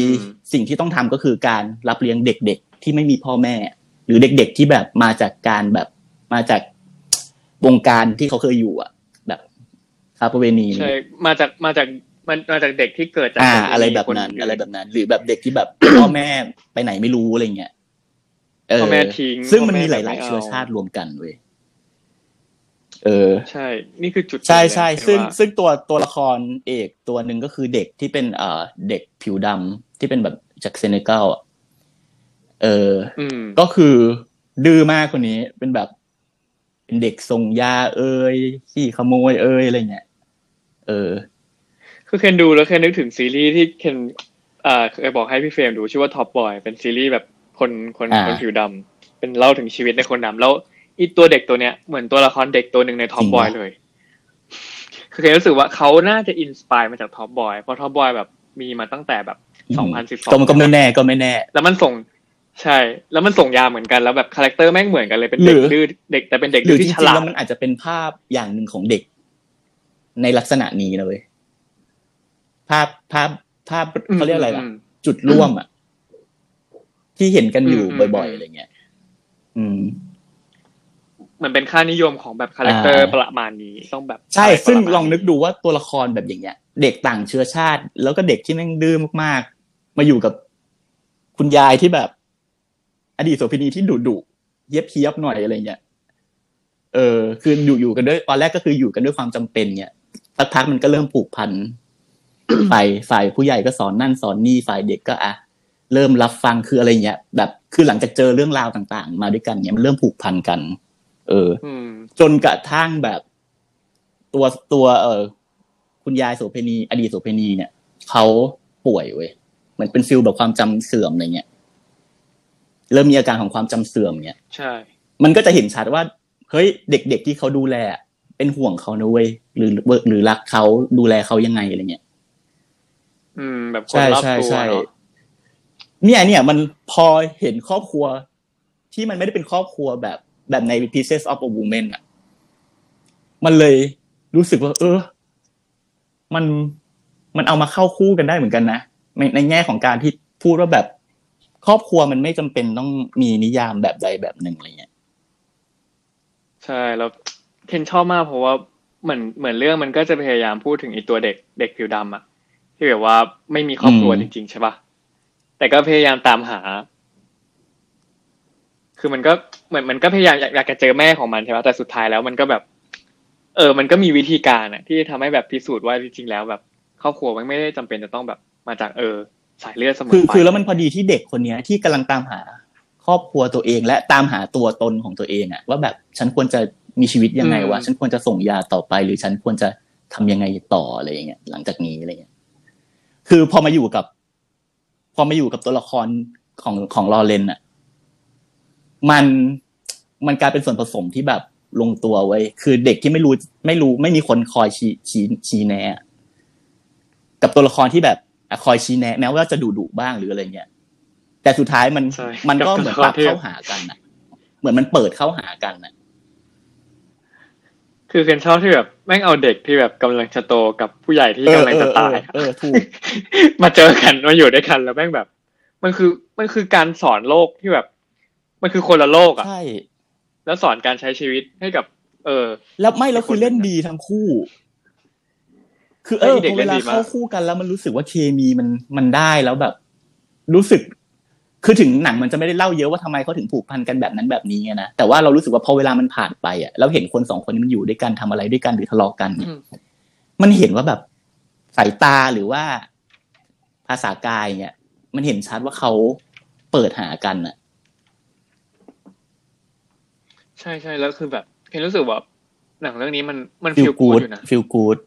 [SPEAKER 3] สิ่งที่ต้องทำก็คือการรับเลี้ยงเด็กๆ ที่ไม่มีพ่อแม่ หรือเด็กๆที่แบบมาจากการแบบมาจากวงการที่เขาเคยอยู่อ่ะ แบบค้าประเวณี
[SPEAKER 2] ใช่มาจากมาจากมันมาจากเด็กที่เกิดจาก
[SPEAKER 3] อ่า
[SPEAKER 2] คน
[SPEAKER 3] อะไรแบบ
[SPEAKER 2] คน
[SPEAKER 3] นั้น
[SPEAKER 2] หง
[SPEAKER 3] อะไรแบบนั้น หรือแบบเด็กที่
[SPEAKER 2] [COUGHS]
[SPEAKER 3] แบบ พ่อแม่ไปไหนไม่รู้อะไรเงี้ยเออ
[SPEAKER 2] พ่อแม่ทิ้ง
[SPEAKER 3] ซึ่งมัน
[SPEAKER 2] พ่อแม่
[SPEAKER 3] มีห
[SPEAKER 2] แบบไม่
[SPEAKER 3] ลาย ๆ
[SPEAKER 2] เอา
[SPEAKER 3] เชื้อชาติรวมกันเว้ยเออ
[SPEAKER 2] ใช่ นี่คือจุด
[SPEAKER 3] ใช่ใช่
[SPEAKER 2] เปลี่
[SPEAKER 3] ซึ่
[SPEAKER 2] ย
[SPEAKER 3] ง
[SPEAKER 2] นเลย
[SPEAKER 3] ซึ่งตัวตัวละครเอกตัวหนึ่งก็คือเด็กที่เป็นเอ่อเด็กผิวดำที่เป็นแบบจากเซเนกัลอะเออ
[SPEAKER 2] อืม
[SPEAKER 3] ก็คือ ดื้อมากคนนี้เป็นแบบ เป็นเด็กส่งยาเอ่ยขี้ขโมยเอ่ยอะไรเงี้ยเออ
[SPEAKER 2] คือเคนดูแล้วเคนนึกถึงซีรีส์ที่เคนเอ่อเคยบอกให้พี่เฟรมดูชื่อว่าท็อปบอยเป็นซีรีส์แบบคนคน
[SPEAKER 3] อ่า
[SPEAKER 2] คนผิวดำเป็นเล่าถึงชีวิตในคนดำแล้วอีตัวเด็กตัวเนี้ยเหมือนตัวละครเด็กตัวหนึ่งในท็อปบอยเลย คือเคนรู้สึกว่าเขาน่าจะอินสปายมาจากท็อปบอยเพราะท็อปบอยแบบมีมาตั้งแต่แบบ 2012
[SPEAKER 3] ก็มันก็ไม่แน่ก็ไม่แน่
[SPEAKER 2] แล้วมันส่งใช่ แล้วมันส่งยาเหมือนกันแล้วแบบคาแรคเตอร์แม่งเหมือนกันเลยเป็นเด็ก
[SPEAKER 3] หรือ
[SPEAKER 2] ดื้อเด็กแต่เป็นเด็ก
[SPEAKER 3] หรื
[SPEAKER 2] ดื้
[SPEAKER 3] อ
[SPEAKER 2] อ
[SPEAKER 3] จ
[SPEAKER 2] ที่
[SPEAKER 3] ริง
[SPEAKER 2] ฉ
[SPEAKER 3] ๆ
[SPEAKER 2] ลา
[SPEAKER 3] แล้
[SPEAKER 2] ด
[SPEAKER 3] วมันอาจจะเป็นภาพอย่างหนึ่งของเด็ก ในลักษณะนี้นะเว้ยภาพภาพภาพเขาเรียกอะไรล่ะ
[SPEAKER 2] ม
[SPEAKER 3] จุดร่วมอ่ะ ที่เห็นกันอยู่
[SPEAKER 2] อืม
[SPEAKER 3] บ่อยๆ
[SPEAKER 2] อืม
[SPEAKER 3] อะไรเงี้ยอืม
[SPEAKER 2] เหมือนเป็นค่านิยมของแบบคาแรคเตอร์
[SPEAKER 3] อ่า
[SPEAKER 2] ประมาณนี้ต้องแบบ
[SPEAKER 3] ใช่
[SPEAKER 2] ประมาณ
[SPEAKER 3] ซึ่งลองนึกดูว่าตัวละครแบบอย่างเงี้ย เด็กต่างเชื้อชาติ แล้วก็เด็กที่แม่งดื้อมากๆ มาอยู่กับคุณยายที่แบบ อดีตโสเภณีที่ดุดุๆเย็บเพียบหน่อยอะไรเงี้ย เออ คืออยู่อยู่กันด้วยตอนแรกก็คืออยู่กันด้วยความจำเป็นเนี่ยสักพักมันก็เริ่มผูกพัน ฝ่ายฝ่ายผู้ใหญ่ก็สอนนั่นสอนนี่ฝ่ายเด็กก็อ่ะเริ่มรับฟังคืออะไรเงี้ย แบบคือหลังจากเจอเรื่องราวต่าง ๆ มาด้วยกันเนี่ยมันเริ่มผูกพันกัน เออ
[SPEAKER 2] อืม
[SPEAKER 3] จนกระทั่งแบบตัวตัว เออคุณยายโสเภณี อดีตโสเภณีเนี่ยเขาป่วยเว้ยเหมือนเป็นฟิลแบบความจำเสื่อมอะไรเงี้ยเริ่มมีอาการของความจำเสื่อมเนี่ย
[SPEAKER 2] ใช่
[SPEAKER 3] มันก็จะเห็นชัดว่าเฮ้ยเด็ก ๆ ที่เขาดูแลอะเป็นห่วงเขานะเว้ยหรือหรือรักเขาดูแลเขายังไงอะไรเงี้ย
[SPEAKER 2] อืม แบบคนรอบตัวเนาะ
[SPEAKER 3] เนี่ยเนี่ยมันพอเห็นครอบครัว ที่มันไม่ได้เป็นครอบครัวแบบแบบใน Pieces of a Woman อ่ะ มันเลยรู้สึกว่า เออ มันมันเอามาเข้าคู่กันได้เหมือนกันนะในในแง่ของการที่พูดว่าแบบ ครอบครัวมันไม่จำเป็นต้องมีนิยามแบบใดแบบหนึ่งอะไรเงี้ย
[SPEAKER 2] ใช่แล้วเคนชอบมากเพราะว่าเหมือนเหมือนเรื่องมันก็จะพยายามพูดถึงไอีตัวเด็กเด็กผิวดำอะที่แบบว่าไม่มีครอบครัว
[SPEAKER 3] อืม
[SPEAKER 2] จริง ๆ ใช่ปะแต่ก็พยายามตามหา คือมันก็เหมือนมันก็พยายามอยากอยากจะเจอแม่ของมันใช่ปะแต่สุดท้ายแล้วมันก็แบบ เออ มันก็มีวิธีการอะที่ทำให้แบบพิสูจน์ว่าจริงๆแล้วแบบ ครอบครัวมันไม่ได้จำเป็นจะต้องแบบมาจากเออ สายเลือดเสมอ
[SPEAKER 3] คือ
[SPEAKER 2] ไป
[SPEAKER 3] คือแล้วมันพอดีที่เด็กคนเนี้ย ที่กำลังตามหา ครอบครัวตัวเอง และตามหาตัวตนของตัวเองอะว่าแบบฉันควรจะมีชีวิตยังไงวะฉันควรจะส่งยาต่อไป หรือฉันควรจะทำยังไงต่ออะไรอย่างเงี้ยหลังจากนี้อะไรเงี้ยคือพอมาอยู่กับ พอมาอยู่กับตัวละครของของลอเรนอะมันมันกลายเป็นส่วนผสมที่แบบลงตัวไว้ยคือเด็กที่ไม่รู้ไม่รู้ ไม่มีคนคอยชี้ชี้ชี้แนะ กับตัวละครที่แบบอ่ะคอยชี้แนะ แม้ว่าจะดุดุบ้างหรืออะไรเงี้ยแต่สุดท้ายมัน
[SPEAKER 2] ใช่
[SPEAKER 3] มันก็
[SPEAKER 2] บ
[SPEAKER 3] เหมือน
[SPEAKER 2] ตั
[SPEAKER 3] ป
[SPEAKER 2] วละ
[SPEAKER 3] รับ
[SPEAKER 2] ครที่
[SPEAKER 3] เข้าหากันอะเหมือนมันเปิดเข้าหากันอะ
[SPEAKER 2] คือเคนชอบที่แบบแม่งเอาเด็กที่แบบกำลังจะโตกับผู้ใหญ่ที่กำลังจะตาย [LAUGHS] อะ
[SPEAKER 3] เออเออเออถูก
[SPEAKER 2] มาเจอกันมาอยู่ด้วยกันแล้วแม่งแบบ มันคือมันคือการสอนโลกที่แบบ มันคือคนละโลกอ่ะ
[SPEAKER 3] ใช่
[SPEAKER 2] แล้วสอนการใช้ชีวิตให้กับ เออ
[SPEAKER 3] แล้วไม่แล้วคือเล่นดีทั้งคู่ คือเอ
[SPEAKER 2] ไอ้
[SPEAKER 3] อ
[SPEAKER 2] เด็ก
[SPEAKER 3] พอ
[SPEAKER 2] เล่
[SPEAKER 3] เวน ลา
[SPEAKER 2] ดีมาก
[SPEAKER 3] เข้าคู่กันแล้วมันรู้สึกว่าเคมีมันมันได้แล้วแบบ รู้สึก คือถึงหนังมันจะไม่ได้เล่าเยอะว่าทำไมเขาถึงผูกพันกันแบบนั้นแบบนี้ไงนะแต่ว่าเรารู้สึกว่าพอเวลามันผ่านไปอ่ะเราเห็นคนสองคนนี้มันอยู่ด้วยกันทำอะไรด้วยกันหรือทะเลาะกันเนี่ย
[SPEAKER 2] อืม
[SPEAKER 3] มันเห็นว่าแบบสายตาหรือว่าภาษากายเนี่ยมันเห็นชัดว่าเขาเปิดหากันอ่ะ
[SPEAKER 2] ใช่ใช่แล้วคือแบบเคนรู้สึกว่าหนังเรื่องนี้มันมัน
[SPEAKER 3] ฟิ
[SPEAKER 2] ฟี
[SPEAKER 3] ล
[SPEAKER 2] ลกู
[SPEAKER 3] กู
[SPEAKER 2] ด
[SPEAKER 3] ด
[SPEAKER 2] อยู่นะ
[SPEAKER 3] ฟิลกูด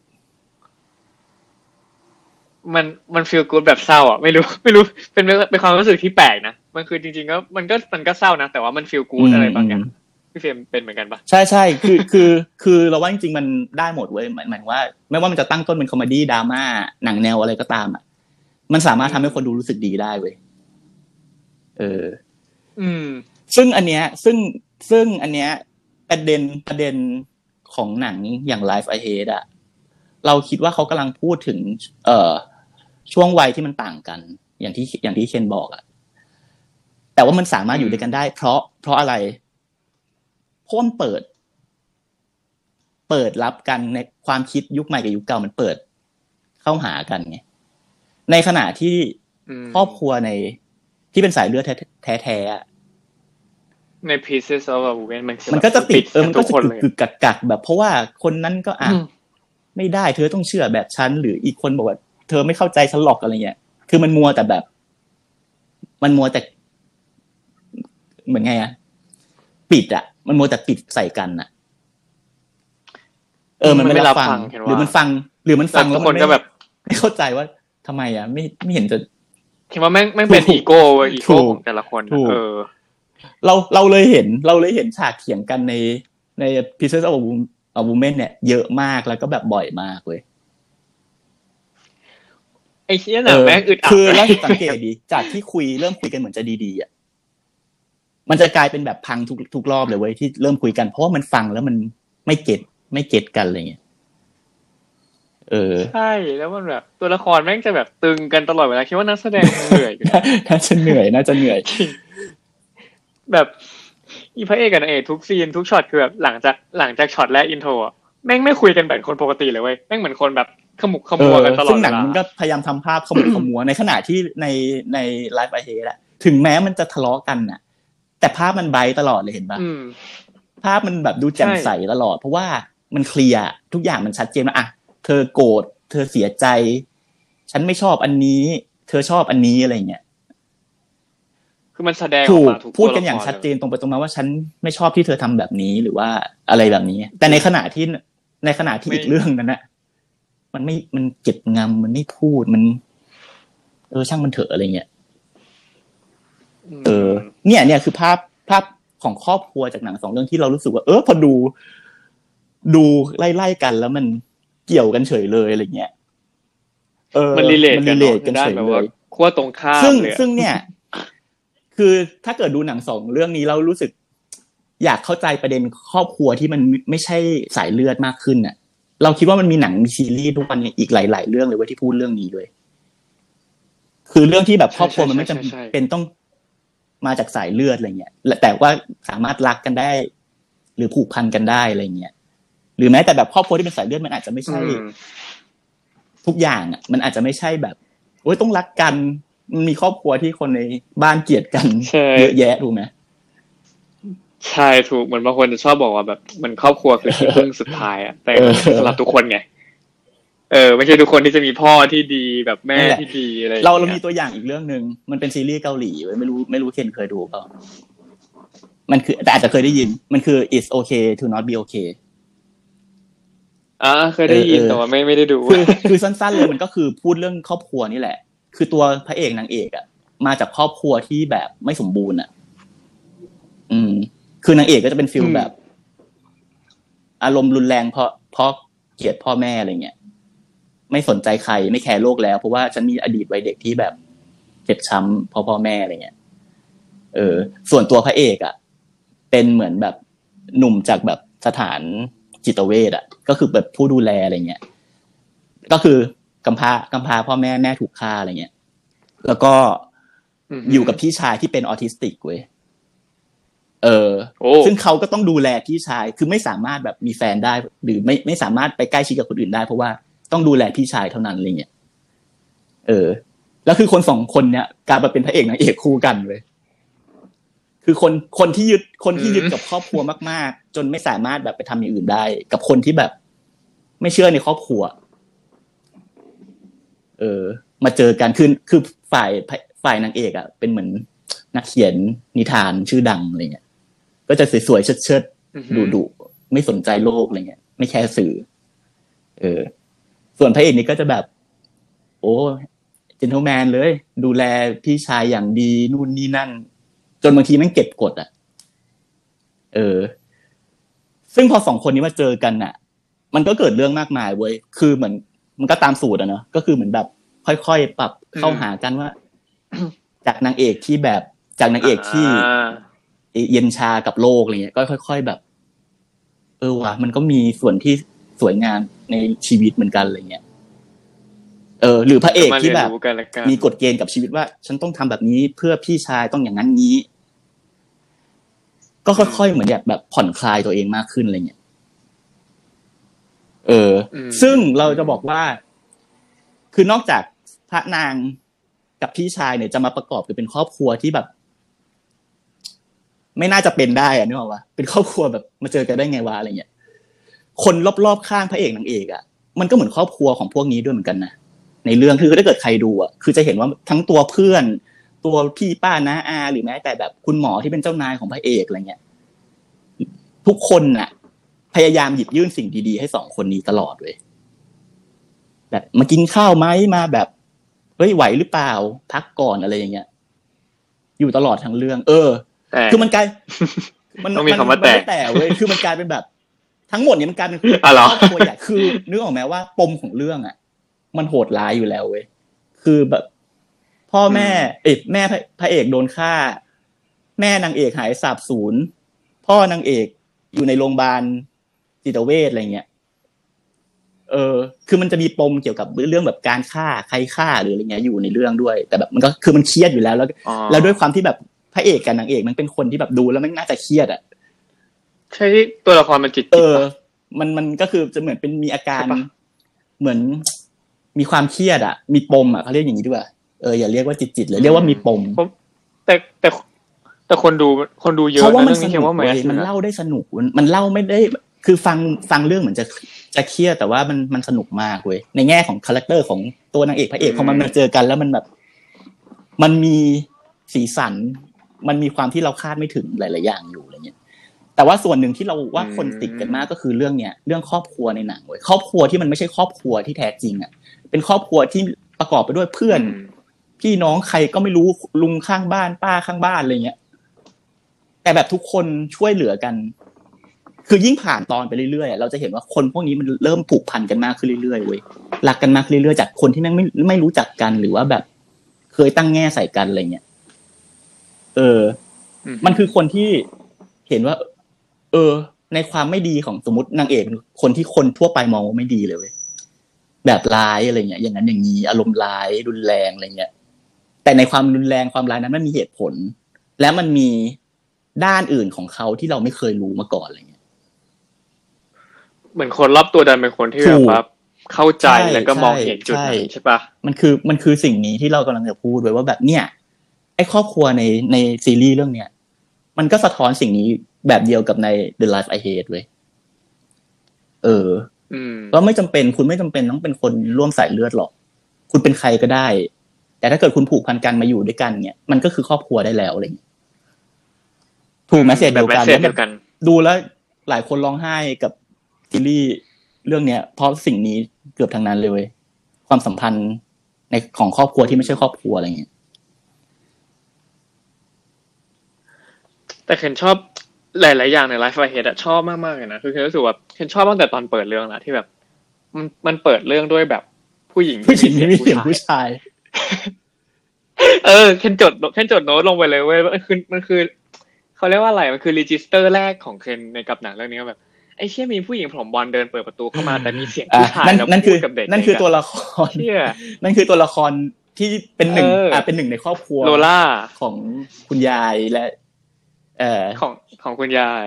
[SPEAKER 2] มันมันฟีลกูดแบบเศร้าอ่ะไม่รู้ ไม่รู้เป็นเป็นความรู้สึกที่แปลกนะมันคือจริงๆก็มันก็มันก็เศร้านะแต่ว่ามันฟีลกูดอะไรบางอย่างพี่เฟรมเป็นเหมือนกันปะ
[SPEAKER 3] ใช่ใช่คือคือคือเราว่าจริงๆมันได้หมดเว้ยหมายหมายว่า ไม่ว่ามันจะตั้งต้นเป็นคอมเมดี้ดราม่าหนังแนวอะไรก็ตามอ่ะมันสามารถทำให้คนดูรู้สึกดีได้เว้ยเออ
[SPEAKER 2] อืม
[SPEAKER 3] ซึ่งอันเนี้ย ซึ่งซึ่งอันเนี้ยประเด็นประเด็นของหนังอย่าง Life I Hate อะเราคิดว่าเขากำลังพูดถึง เอ่อ ช่วงวัยที่มันต่างกัน อย่างที่อย่างที่เคนบอกอะแต่ว่ามันสามารถอยู่ด้วยกันได้ เพราะเพราะอะไรเพราะมันเปิด เปิดรับกันในความคิดยุคใหม่กับยุคเก่ามันเปิดเข้าหากันไงในขณะที่
[SPEAKER 2] อืม
[SPEAKER 3] ครอบครัวในที่เป็นสายเลือดแท้แท้ๆอะ
[SPEAKER 2] ใน pieces of a woman มันคือ
[SPEAKER 3] มันก็จะติด
[SPEAKER 2] แบบ
[SPEAKER 3] เออมันก็
[SPEAKER 2] ทุ
[SPEAKER 3] จะ
[SPEAKER 2] คน
[SPEAKER 3] กึ
[SPEAKER 2] เล
[SPEAKER 3] ก
[SPEAKER 2] ย
[SPEAKER 3] กึกกักกักแบบ เพราะว่าคนนั้นก็อ่ะ
[SPEAKER 2] อืม
[SPEAKER 3] ไม่ได้ เธอต้องเชื่อแบบฉันหรืออีกคนบอกว่า เธอไม่เข้าใจฉันหรอกอะไรเงี้ยคือมันมัวแต่แบบ มันมัวแต่ เหมือนไงอะ ปิดอ่ะ มันโมวแต่ปิดใส่กันอ่ะ เออ มัน
[SPEAKER 2] มันไม่
[SPEAKER 3] ไม่รับฟั
[SPEAKER 2] รับฟั
[SPEAKER 3] ง
[SPEAKER 2] งเห็น
[SPEAKER 3] ห
[SPEAKER 2] ว่า
[SPEAKER 3] รือมันฟัง หรือมันฟัง
[SPEAKER 2] ทุ
[SPEAKER 3] แล้ว
[SPEAKER 2] ก
[SPEAKER 3] มั
[SPEAKER 2] คน
[SPEAKER 3] ไม่
[SPEAKER 2] ก็แบบ
[SPEAKER 3] ไม่เข้าใจว่าทำไมอ่ะ ไม่ไม่เห็นจะ
[SPEAKER 2] คิดว่าแม่งแม่งเป็น
[SPEAKER 3] ถูก
[SPEAKER 2] อีโก้เว้ยอีโก้
[SPEAKER 3] ถูก
[SPEAKER 2] ของแต่ละคน
[SPEAKER 3] ถูก
[SPEAKER 2] เออ
[SPEAKER 3] เราเราเลยเห็นเราเลยเห็นฉากเถียงกันในใน Pieces of a Wom- of Woman เนี่ย เยอะมากแล้วก็แบบบ่อยมากเว้ย
[SPEAKER 2] ไอ้เชี่ยหนังแม่งอึดอัด
[SPEAKER 3] คือ
[SPEAKER 2] เว้ย
[SPEAKER 3] แล้วสังเก
[SPEAKER 2] [LAUGHS]
[SPEAKER 3] ตดี จากที่คุยเริ่มคุยกันเหมือนจะดีๆอ่ะมันจะกลายเป็นแบบพังทุกทุกรอบเลยเว้ยที่เริ่มคุยกันเพราะว่ามันฟังแล้วมันไม่เก็ตไม่เก็ตกันอะไรเงี้ยเอ [LAUGHS] อ
[SPEAKER 2] ใช่แล้วมันแบบตัวละครแม่งจะแบบตึงกันตลอดเวลาคิดว่านักแสดงคงเหนื่อยอยู่นะ
[SPEAKER 3] น่าจะเหนื่อยน่าจะเหนื่อย
[SPEAKER 2] แบบอีพระเอกกับนางเอกทุกซีนทุกช็อตคือแบบหลังจากหลังจากช็อตแรกอินโทรอะแม่งไม่คุยกันแบบคนปกติเลยเว้ยแม่งเหมือนคนแบบขมุกข
[SPEAKER 3] เอ
[SPEAKER 2] มัว
[SPEAKER 3] อ
[SPEAKER 2] กันตลอด
[SPEAKER 3] ซึ่งห
[SPEAKER 2] เว
[SPEAKER 3] นัง
[SPEAKER 2] ลา
[SPEAKER 3] มันก็พยายามทำภาพขมุกขมัว ในขณะที่ในในไลฟ์ไอเฮดอะถึงแม้มันจะทะเลาะกันน่ะ แต่ภาพมันไบรท์ตลอดเลยเห็นปะ
[SPEAKER 2] อืม
[SPEAKER 3] ภาพมันแบบดูแจ่มใสตลอด เพราะว่ามันเคลียร์ทุกอย่างมันชัดเจนว่าอ่ะเธอโกรธเธอเสียใจ ฉันไม่ชอบอันนี้ เธอชอบอันนี้อะไรเงี้ย
[SPEAKER 2] คือมันแสดงอ
[SPEAKER 3] ถู
[SPEAKER 2] อก
[SPEAKER 3] ก
[SPEAKER 2] มาทุก
[SPEAKER 3] พูด
[SPEAKER 2] ตัว
[SPEAKER 3] กั
[SPEAKER 2] ละ
[SPEAKER 3] นอย่าง
[SPEAKER 2] คร
[SPEAKER 3] ชัดเจ
[SPEAKER 2] ล
[SPEAKER 3] นตรงไปตรงมาว่าฉันไม่ชอบที่เธอทำแบบนี้หรือว่าอะไรแบบนี้ แต่ในขณะที่ในขณะที่อีกเรื่องนั้นอะมันไม่มันเก็บงำมันไม่พูดมัน เออช่างมันเถอะอะไรเงี้ย
[SPEAKER 2] ม
[SPEAKER 3] เออเนี่ยเนี่ยคือภาพภาพของครอบครัวจากหนังสองเรื่องที่เรารู้สึกว่า เออพอดู ดูไล่ๆกันแล้วมันเกี่ยวกันเฉยเลยอะไรเงี้ยเออ
[SPEAKER 2] มันรีเลท
[SPEAKER 3] มัน
[SPEAKER 2] กั
[SPEAKER 3] รี
[SPEAKER 2] น
[SPEAKER 3] เล
[SPEAKER 2] เนอะ
[SPEAKER 3] ทกัน
[SPEAKER 2] ด้า
[SPEAKER 3] เฉ
[SPEAKER 2] น
[SPEAKER 3] ย
[SPEAKER 2] แบบ
[SPEAKER 3] เล
[SPEAKER 2] ว่าย ขั้วตรงข้าม
[SPEAKER 3] ซึ่ง
[SPEAKER 2] เลยอะ
[SPEAKER 3] ซึ่งเนี่ย คือถ้าเกิดดูหนังสองเรื่องนี้แล้วรู้สึก อยากเข้าใจประเด็นครอบครัวที่มันไม่ใช่สายเลือดมากขึ้นน่ะ เราคิดว่ามันมีหนังมีซีรีส์ทุกวันเนี่ยอีกหลาย ๆ เรื่องเลยเว่าที่พูดเรื่องนี้ด้วย คือเรื่องที่แบบครอบครัวมันไม่จำเป็นต้องมาจากสายเลือดอะไรเงี้ยและแต่ว่าสามารถรักกันได้ หรือผูกพันกันได้อะไรเงี้ยหรือแม้แต่แบบครอบครัวที่เป็นสายเลือดมันอาจจะไม่
[SPEAKER 2] อื
[SPEAKER 3] ใช่
[SPEAKER 2] ม
[SPEAKER 3] ทุกอย่างอ่ะมันอาจจะไม่ใช่แบบโอ้ยต้องรักกันมันมีครอบครัวที่คนในบ้านเกลียดกัน
[SPEAKER 2] ใช่
[SPEAKER 3] เยอะแยะถูกไหม
[SPEAKER 2] ใช่ถูกเหมือนบางคนจะชอบบอกว่าแบบเหมันครอบครัวคือที่พึ่งสุดท้ายอะแต่สำหรับทุกคนไงเออไม่ใช่ทุกคนที่จะมีพ่อที่ดีแบบแม่ที่ดีอะไรอย่ง
[SPEAKER 3] เรา
[SPEAKER 2] งี้ย
[SPEAKER 3] เรามีตัวอย่างอีกเรื่องหนึ่งมันเป็นซีรีส์เกาหลีเว้ยไม่รู้ไม่รู้เคนเคยดูเปล่ามันคือแต่อาจจะเคยได้ยิน มันคือ it's okay to not be okay
[SPEAKER 2] อ่าเคยได้ยิน
[SPEAKER 3] เออ
[SPEAKER 2] แต่ว่าไม่ไม่ได้ดู
[SPEAKER 3] คือคือสั้นๆเลยมันก็คือพูดเรื่องครอบครัวนี่แหละ คือตัวพระเอกนางเอกอ่ะ มาจากครอบครัวที่แบบไม่สมบูรณ์อ่ะ อืม คือนางเอกก็จะเป็นฟิล
[SPEAKER 2] อืม
[SPEAKER 3] แบบ อารมณ์รุนแรงเพราะเพราะเกลียดพ่อแม่อะไรเงี้ยไม่สนใจใครไม่แคร์โลกแล้ว เพราะว่าฉันมีอดีตวัยเด็กที่แบบเจ็บช้ำเพราะพ่อแม่อะไรเงี้ยเออ ส่วนตัวพระเอกอ่ะ เป็นเหมือนแบบหนุ่มจากแบบสถานจิตเวชอ่ะ ก็คือแบบผู้ดูแลอะไรเงี้ย ก็คือกำพร้ากำพร้าพ่อแม่แม่ถูกฆ่าอะไรเงี้ย แล้วก็
[SPEAKER 2] ม
[SPEAKER 3] อยู่กับพี่ชายที่เป็นออทิสติกเว้ย เออ
[SPEAKER 2] โอ้
[SPEAKER 3] ซึ่งเขาก็ต้องดูแลพี่ชาย คือไม่สามารถแบบมีแฟนได้ หรือไม่ไม่สามารถไปใกล้ชิดกับคนอื่นได้ เพราะว่าต้องดูแลพี่ชายเท่านั้นอะไรเงี้ย เออ แล้วคือคนสองคนเนี้ยกลายมาเป็นพระเอกนางเอกคู่กันเลย คือคนคนที่ยึดคนที่ยึดกับครอบครัวมาก ๆ จนไม่สามารถแบบไปทำอย่างอื่นได้ กับคนที่แบบ ไม่เชื่อในครอบครัว เออ มาเจอกันคือคือฝ่ายฝ่ายนางเอกอะเป็นเหมือนนักเขียนนิทานชื่อดังอะไรเงี้ย ก็จะสวยๆเชิดเชิดๆ
[SPEAKER 2] อือหื
[SPEAKER 3] ดุ
[SPEAKER 2] อ
[SPEAKER 3] ดุๆไม่สนใจโลกอะไรเงี้ย ไม่แคร์สื่อ เออ ส่วนพระเอกนี่ก็จะแบบ โอ้เจนท l แมนเลย ดูแลพี่ชายอย่างดีนู่นนี่นั่น จนบางทีแมันเก็บกดอะ่ะ เออ ซึ่งพอสองคนนี้มาเจอกันน่ะ มันก็เกิดเรื่องมากมายเว้ยคือเหมือน มันก็ตามสูตรอะเนาะก็คือเหมือนแบบ ค่อยๆปรับเข้าหากันว่า จากนางเอกที่แบบจากนางเอกที่
[SPEAKER 2] อ่า
[SPEAKER 3] เย็นชากับโลกอะไรเงี้ยก็ค่อย ๆแบบ เออว่ะมันก็มีส่วนที่สวยงามในชีวิตเหมือนกันอะไรเงี้ยเออ หรือพระเอก
[SPEAKER 2] มารี
[SPEAKER 3] ที่
[SPEAKER 2] ยน
[SPEAKER 3] แบบ
[SPEAKER 2] รู้กันละกัน
[SPEAKER 3] มีกฎเกณฑ์กับชีวิตว่า ฉันต้องทำแบบนี้เพื่อพี่ชายต้องอย่างนั้นงี้ ก็ค่อยๆเหมือนอยากแบบผ่อนคลายตัวเองมากขึ้นอะไรเงี้ยเออ
[SPEAKER 2] อืม
[SPEAKER 3] ซึ่งเราจะบอกว่า คือนอกจากพระนางกับพี่ชายเนี่ยจะมาประกอบกันเป็นครอบครัวที่แบบ ไม่น่าจะเป็นได้อะนึกออกปะเป็นครอบครัวแบบมาเจอกันได้ไงวะอะไรเงี้ยคนรอบๆข้างพระเอกนางเอกอะมันก็เหมือนครอบครัวของพวกนี้ด้วยเหมือนกันนะในเรื่องคือถ้าเกิดใครดูอะคือจะเห็นว่าทั้งตัวเพื่อน ตัวพี่ป้าน้าอาหรือแม้แต่แบบคุณหมอที่เป็นเจ้านายของพระเอกอะไรเงี้ย ทุกคนน่ะ พยายามหยิบยื่นสิ่งดีๆ ให้สองคนนี้ตลอดเว้ยแบบมากินข้าวไหมมาแบบเฮ้ยไหวหรือเปล่า พักก่อนอะไรอย่างเงี้ย อยู่ตลอดทั้งเรื่อง เออ
[SPEAKER 2] แต่
[SPEAKER 3] คือมันกลายมัน
[SPEAKER 2] ต้องมีคำว่าแตก
[SPEAKER 3] นไแต่
[SPEAKER 2] [LAUGHS]
[SPEAKER 3] เว้ยคือมันกลายเป็นแบบ ทั้งหมดเนี่ยมันกลายเป็น
[SPEAKER 2] อ๋อเหรอ
[SPEAKER 3] ครอบครัวใหญ่คือนึกออกไหมว่าปมของเรื่องอ่ะ มันโหดร้ายอยู่แล้วเว้ยคือแบบ พ่อแม่ เอยแม่พระพระเอกโดนฆ่า แม่นางเอกหายสาบสูญพ่อนางเอกอยู่ในโรงพยาบาลจิตเวชอะไรเงี้ยเออ คือมันจะมีปมเกี่ยวกับเรื่องแบบการฆ่าใครฆ่าหรืออะไรเงี้ยอยู่ในเรื่องด้วย แต่แบบมันก็คือมันเครียดอยู่แล้วแล้ว
[SPEAKER 2] อ๋อ
[SPEAKER 3] แล้วด้วยความที่แบบพระเอกกับนางเอกมันเป็นคนที่แบบดูแล้วมันน่าจะเครียดอ่ะ
[SPEAKER 2] ใช่ที่ตัวละครมันจิต
[SPEAKER 3] เอ
[SPEAKER 2] จิต
[SPEAKER 3] อ
[SPEAKER 2] ปะ
[SPEAKER 3] มันมันก็คือจะเหมือนเป็นมีอาการ
[SPEAKER 2] ใช่ปะ
[SPEAKER 3] เหมือนมีความเครียดอ่ะ มีปมอ่ะเขาเรียกอย่างนี้ด้วยเอออย่าเรียกว่าจิตจิตเลยเรียกว่ามีปม
[SPEAKER 2] เพราะแต่แต่แต่คนดูคนดูเยอะ
[SPEAKER 3] เพราะว่า
[SPEAKER 2] นะ
[SPEAKER 3] มัน
[SPEAKER 2] เรื่อ
[SPEAKER 3] ส
[SPEAKER 2] งนี้
[SPEAKER 3] นุ
[SPEAKER 2] เขีย
[SPEAKER 3] ก
[SPEAKER 2] นว่าแม
[SPEAKER 3] เว้
[SPEAKER 2] ส
[SPEAKER 3] ยมัน
[SPEAKER 2] นะ
[SPEAKER 3] เล่าได้สนุกมันมันเล่าไม่ได้ คือฟังฟังเรื่องเหมือนจะจะเครียดแต่ว่ามันมันสนุกมากเว้ยในแง่ของคาแรคเตอร์ของตัวนางเอกพระเอกพอมันมาเจอกันแล้วมันแบบ มันมีสีสัน มันมีความที่เราคาดไม่ถึงหลาย ๆ อย่างอยู่อะไรเงี้ยแต่ว่าส่วนหนึ่งที่เราว่าคนติดกันมากก็คือเรื่องเนี้ยเรื่องครอบครัวในหนังเว้ยครอบครัวที่มันไม่ใช่ครอบครัวที่แท้จริงอ่ะ เป็นครอบครัวที่ประกอบไปด้วยเพื่อน พี่น้องใครก็ไม่รู้ลุงข้างบ้าน ป้าข้างบ้านอะไรเงี้ย แต่แบบทุกคนช่วยเหลือกัน คือยิ่งผ่านตอนไปเรื่อยๆอะเราจะเห็นว่าคนพวกนี้มันเริ่มผูกพันกันมากขึ้นเรื่อยๆเว้ยรักกันมากขึ้นเรื่อยๆจากคนที่แม่งไม่ไม่รู้จักกันหรือว่าแบบ เคยตั้งแง่ใส่กันอะไรเงี้ยเออ
[SPEAKER 2] อื
[SPEAKER 3] มันคือคนที่เห็นว่า เออ ในความไม่ดีของสมมตินางเอกเป็นคนที่คนทั่วไปมองว่าไม่ดีเลยเว้ยแบบร้ายอะไรเงี้ย อย่างนั้นอย่างนี้อารมณ์ร้ายรุนแรงอะไรเงี้ยแต่ในความรุนแรงความร้ายนั้นมันมีเหตุผล และมันมีด้านอื่นของเขาที่เราไม่เคยรู้มาก่อนอะไรเงี้ย
[SPEAKER 2] เหมือนคนรอบตัวดันเป็นคนที่แบบว่าเข้าใจ
[SPEAKER 3] ใช่
[SPEAKER 2] แล้วก็มอง
[SPEAKER 3] ใช่
[SPEAKER 2] เห็นจุดนั้น
[SPEAKER 3] ใช่
[SPEAKER 2] ใช่ปะ
[SPEAKER 3] มันคือมันคือสิ่งนี้ที่เรากำลังจะพูดไว้ว่าแบบเนี่ย ไอ้ครอบครัวในในซีรีส์เรื่องเนี้ยมันก็สะท้อนสิ่งนี้แบบเดียวกับใน The Life I Hate เว้ยเออ
[SPEAKER 2] อืม
[SPEAKER 3] ก็ไม่จำเป็นคุณไม่จำเป็นต้องเป็นคนร่วมสายเลือดหรอก คุณเป็นใครก็ได้ แต่ถ้าเกิดคุณผูกพันกันมาอยู่ด้วยกันเนี่ยมันก็คือครอบครัวได้แล้วอะไรอย่างเงี้ยถูกแมสเซจเดียวกัน
[SPEAKER 2] แบบ message เดียวกัน
[SPEAKER 3] ดูแล้วหลายคนร้องไห้กับซีรีส์เรื่องเนี้ยเพราะสิ่งนี้เกือบทางนั้นเลยเว้ยความสัมพันธ์ในของครอบครัวที่ไม่ใช่ครอบครัวอะไรอย่างเงี้ย
[SPEAKER 2] แต่เคนชอบหลาย ๆ อย่างในไลฟ์ไฟเฮดอะชอบมาก ๆ เลยนะ คือเคนรู้สึกว่าเคนชอบตั้งแต่ตอนเปิดเรื่องละที่แบบ มันมันเปิดเรื่องด้วยแบบผู้หญิง
[SPEAKER 3] ผู้หญิงไม่มีเสียงผู้ชาย
[SPEAKER 2] เออเคนจดเคนจดโน้ตลงไปเลยเว้ยมันคือมันคือเขาเรียกว่าอะไรมันคือรีจิสเตอร์แรกของเคนในกับหนังเรื่องนี้ว่าแบบไอ้เชี่ยมีผู้หญิงผมบอลเดินเปิดประตูเข้ามาแต่มีเสียง
[SPEAKER 3] อ่ะ
[SPEAKER 2] ผู้ชาย
[SPEAKER 3] นั่น
[SPEAKER 2] แล้ว
[SPEAKER 3] นั่น
[SPEAKER 2] พู
[SPEAKER 3] คื
[SPEAKER 2] ด
[SPEAKER 3] อ
[SPEAKER 2] กับเด็ก
[SPEAKER 3] นั่นคือตัวละคร
[SPEAKER 2] เชี่ย
[SPEAKER 3] นั่นคือตัวละครที่เป็นหนึ่ง
[SPEAKER 2] เอออ่
[SPEAKER 3] อ่ะเป็นหนึ่งในครอบครัว
[SPEAKER 2] โลล่า
[SPEAKER 3] ของคุณยายและ เอ่อ
[SPEAKER 2] ของของคุณยาย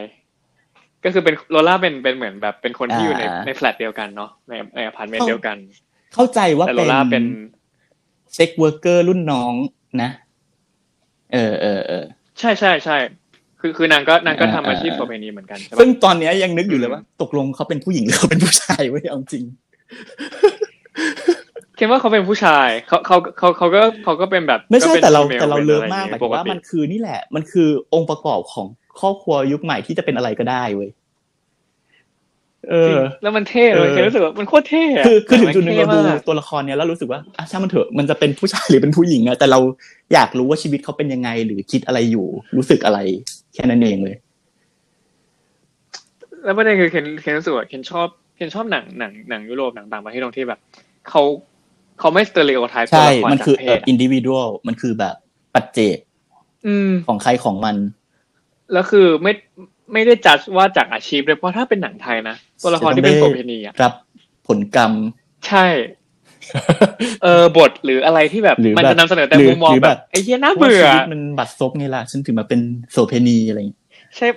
[SPEAKER 2] ก็คือเป็นโลล่าเป็นเป็นเหมือนแบบเป็นคนที่อยู่ใน
[SPEAKER 3] อ่า
[SPEAKER 2] ในแฟลตเดียวกันเนาะในในอพาร์ตเมนต์เดียวกัน
[SPEAKER 3] เข้าใจว่า
[SPEAKER 2] แต่โล
[SPEAKER 3] เป็น
[SPEAKER 2] ล่าเป็น
[SPEAKER 3] เซ็กเวอร์เกอร์รุ่นน้องนะ เออเออเออ
[SPEAKER 2] ใช่ใช่ใช่ คือคือนางก็นางก็
[SPEAKER 3] อ่า
[SPEAKER 2] ทำอาชีพ
[SPEAKER 3] อ่า
[SPEAKER 2] ประเพณีเหมือนกันใช่ปะ
[SPEAKER 3] ซึ่งตอนเนี้ยยังนึกอยู่เลย
[SPEAKER 2] อืม
[SPEAKER 3] ว่า ตกลงเขาเป็นผู้หญิงหรือเขาเป็นผู้ชายไว้ยเอาจริง
[SPEAKER 2] คิดว่าเขาเป็นผู้ชายเขาเขาเขาเขาก็เขาก็เป็นแบบ
[SPEAKER 3] ไม่ใช่
[SPEAKER 2] ก็ป็น
[SPEAKER 3] แต่เรา
[SPEAKER 2] female
[SPEAKER 3] แต่เรา
[SPEAKER 2] ป็น
[SPEAKER 3] เลิฟ
[SPEAKER 2] อะไ
[SPEAKER 3] มากหมาย
[SPEAKER 2] ป
[SPEAKER 3] ถึงว่า
[SPEAKER 2] ติ
[SPEAKER 3] มันคือนี่แหละ มันคือองค์ประกอบของครอบครัวยุคใหม่ที่จะเป็นอะไรก็ได้เว้ยเอ
[SPEAKER 2] จริ
[SPEAKER 3] อ
[SPEAKER 2] งแล้วมันเท่เลย
[SPEAKER 3] เออ
[SPEAKER 2] แค่รู้สึกว่ามันโคตรเท่ะ
[SPEAKER 3] คือคือถึง
[SPEAKER 2] มั
[SPEAKER 3] จุดหนึ่งเราดู
[SPEAKER 2] ท่มก
[SPEAKER 3] ตัวละครเนี้ยแล้วรู้สึกว่าอ่ะช่างมันเถอะมันจะเป็นผู้ชายห [LAUGHS] รือเป็นผู้หญิงอะแต่เราอยากรู้ว่าชีวิตเขาเป็นยังไง หรือคิดอะไรอยู่ รู้สึกอะไร แค่นั้นเองเลย
[SPEAKER 2] แล้วประเด็นคือเคนเคนรู้สึกว่าเคนชอบเคนชอบหนังหนังหนังยุโรปหนังต่างประเทศตรงที่แบบเขาเขาไม่สเตอริโอไทป์ตัว
[SPEAKER 3] ใช่
[SPEAKER 2] ละคร
[SPEAKER 3] มัน
[SPEAKER 2] จาก
[SPEAKER 3] คือ
[SPEAKER 2] เพ
[SPEAKER 3] เอ่
[SPEAKER 2] ศ
[SPEAKER 3] อินดิวิวลมันคือแบบปัจเจก
[SPEAKER 2] อืม
[SPEAKER 3] ของใครของมัน
[SPEAKER 2] แล้วคือไม่ไม่ได้จัดว่าจากอาชีพเลยเพราะถ้าเป็นหนังไทยนะตัวละครที่เป็น
[SPEAKER 3] จะ
[SPEAKER 2] โส
[SPEAKER 3] ต้องได้
[SPEAKER 2] เภณีอ่ะ
[SPEAKER 3] รับผลกรรม
[SPEAKER 2] ใช่ เออบทหรืออะไรที่แบบ
[SPEAKER 3] หรือ
[SPEAKER 2] มัน
[SPEAKER 3] แบบ
[SPEAKER 2] จะนำเสนอแต่
[SPEAKER 3] หรือ
[SPEAKER 2] มุมมอง
[SPEAKER 3] หรือ
[SPEAKER 2] แบ
[SPEAKER 3] แบบ บ
[SPEAKER 2] ไอ้เหี้ยน่าเบื่อ
[SPEAKER 3] ว่าชีวิตมันบัดซบไงล่ะ ฉันถึงมาเป็นโสเพณีอะไรอย่างเงี้ย
[SPEAKER 2] ใช่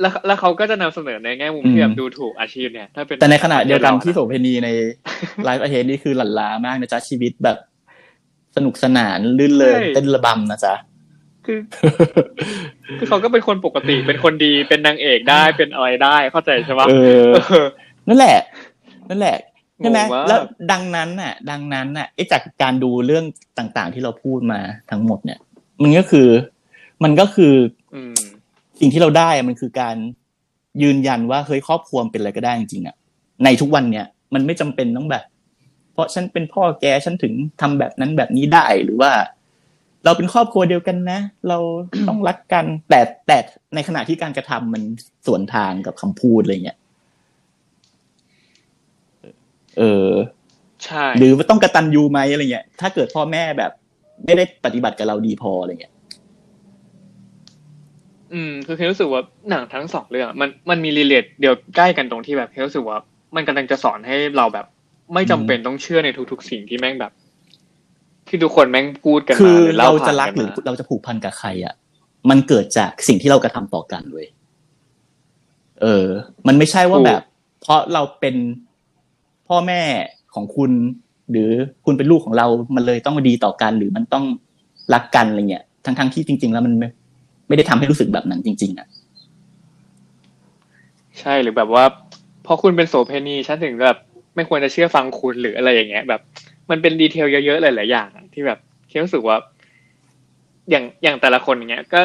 [SPEAKER 2] แล้วแล้วเขาก็จะนำเสนอในแง่มุม
[SPEAKER 3] อืม
[SPEAKER 2] ที่แบบดูถูกอาชีพเนี่ย ถ้าเป็น
[SPEAKER 3] แต่ในขณะเดียวกันที่โส
[SPEAKER 2] ด
[SPEAKER 3] เพณีในไลฟ์อเฮดนี่คือหลั่นล้ามากนะจ๊ะชีวิตแบบ สนุกสนานลื่นเริงเต้นระบำนะจ๊ะ
[SPEAKER 2] คือคือเขาก็เป็นคนปกติเป็นคนดีเป็นนางเอกได้เป็นอะไรได้เข้าใจใช่ปะ
[SPEAKER 3] เออ
[SPEAKER 2] เออ
[SPEAKER 3] นั่นแหละ นั่นแหละใช่ไหม
[SPEAKER 2] งงมาก
[SPEAKER 3] แล้วดังนั้นน่ะ ดังนั้นน่ะไอ้จากการดูเรื่องต่างๆ ที่เราพูดมาทั้งหมดเนี่ย มันก็คือ มันก็คือ
[SPEAKER 2] อืม
[SPEAKER 3] สิ่งที่เราได้อะมันคือการ ยืนยันว่าเฮ้ยครอบครัวมันเป็นอะไรก็ได้จริงๆอะในทุกวันเนี่ย มันไม่จำเป็นต้องแบบ เพราะฉันเป็นพ่อแกฉันถึงทำแบบนั้นแบบนี้ได้หรือว่า เราเป็นครอบครัวเดียวกันนะ เราต้องรักกัน แต่แต่ในขณะที่การกระทำมันสวนทางกับคำพูดอะไรเงี้ยเออ
[SPEAKER 2] ใช่
[SPEAKER 3] หรือว่าต้องกระตันยูไหมอะไรเงี้ย ถ้าเกิดพ่อแม่แบบ ไม่ได้ปฏิบัติกับเราดีพออะไรเงี้ย
[SPEAKER 2] อืมคือเคยรู้สึกว่าหนังทั้งสองเรื่องอะมันมันมีรีเลทเดียวใกล้กันตรงที่แบบเคยรู้สึกว่า มันกำลังจะสอนให้เราแบบ ไม่จำเป็นต้องเชื่อในทุก ๆ สิ่งที่แม่งแบบ ที่ทุกคนแม่งพูดกัน
[SPEAKER 3] คื
[SPEAKER 2] มา
[SPEAKER 3] อ
[SPEAKER 2] หรือ
[SPEAKER 3] เรา
[SPEAKER 2] เล่าผ่า
[SPEAKER 3] จะ
[SPEAKER 2] น
[SPEAKER 3] รัก
[SPEAKER 2] กัน
[SPEAKER 3] หรือ
[SPEAKER 2] มา
[SPEAKER 3] เราจะผูกพันกับใครอ่ะ มันเกิดจากสิ่งที่เรากระทำต่อกันเว้ยเออ มันไม่ใช่ว่าแบบ เพราะเราเป็นพ่อแม่ของคุณ หรือคุณเป็นลูกของเรา มันเลยต้องดีต่อกันหรือมันต้องรักกันอะไรเงี้ยทั้งทั้งๆที่จริง ๆ แล้วมันไม่ไม่ได้ทำให้รู้สึกแบบนั้นจริง ๆอ่ะ
[SPEAKER 2] ใช่หรือแบบว่าเพราะคุณเป็นโสเภณีฉันถึงแบบ ไม่ควรจะเชื่อฟังคุณหรืออะไรอย่างเงี้ย แบบ มันเป็นดีเทลเยอะๆหลายๆอย่างอะที่แบบเคยรู้สึกว่า อย่างอย่างแต่ละคนอย่างเงี้ย ก็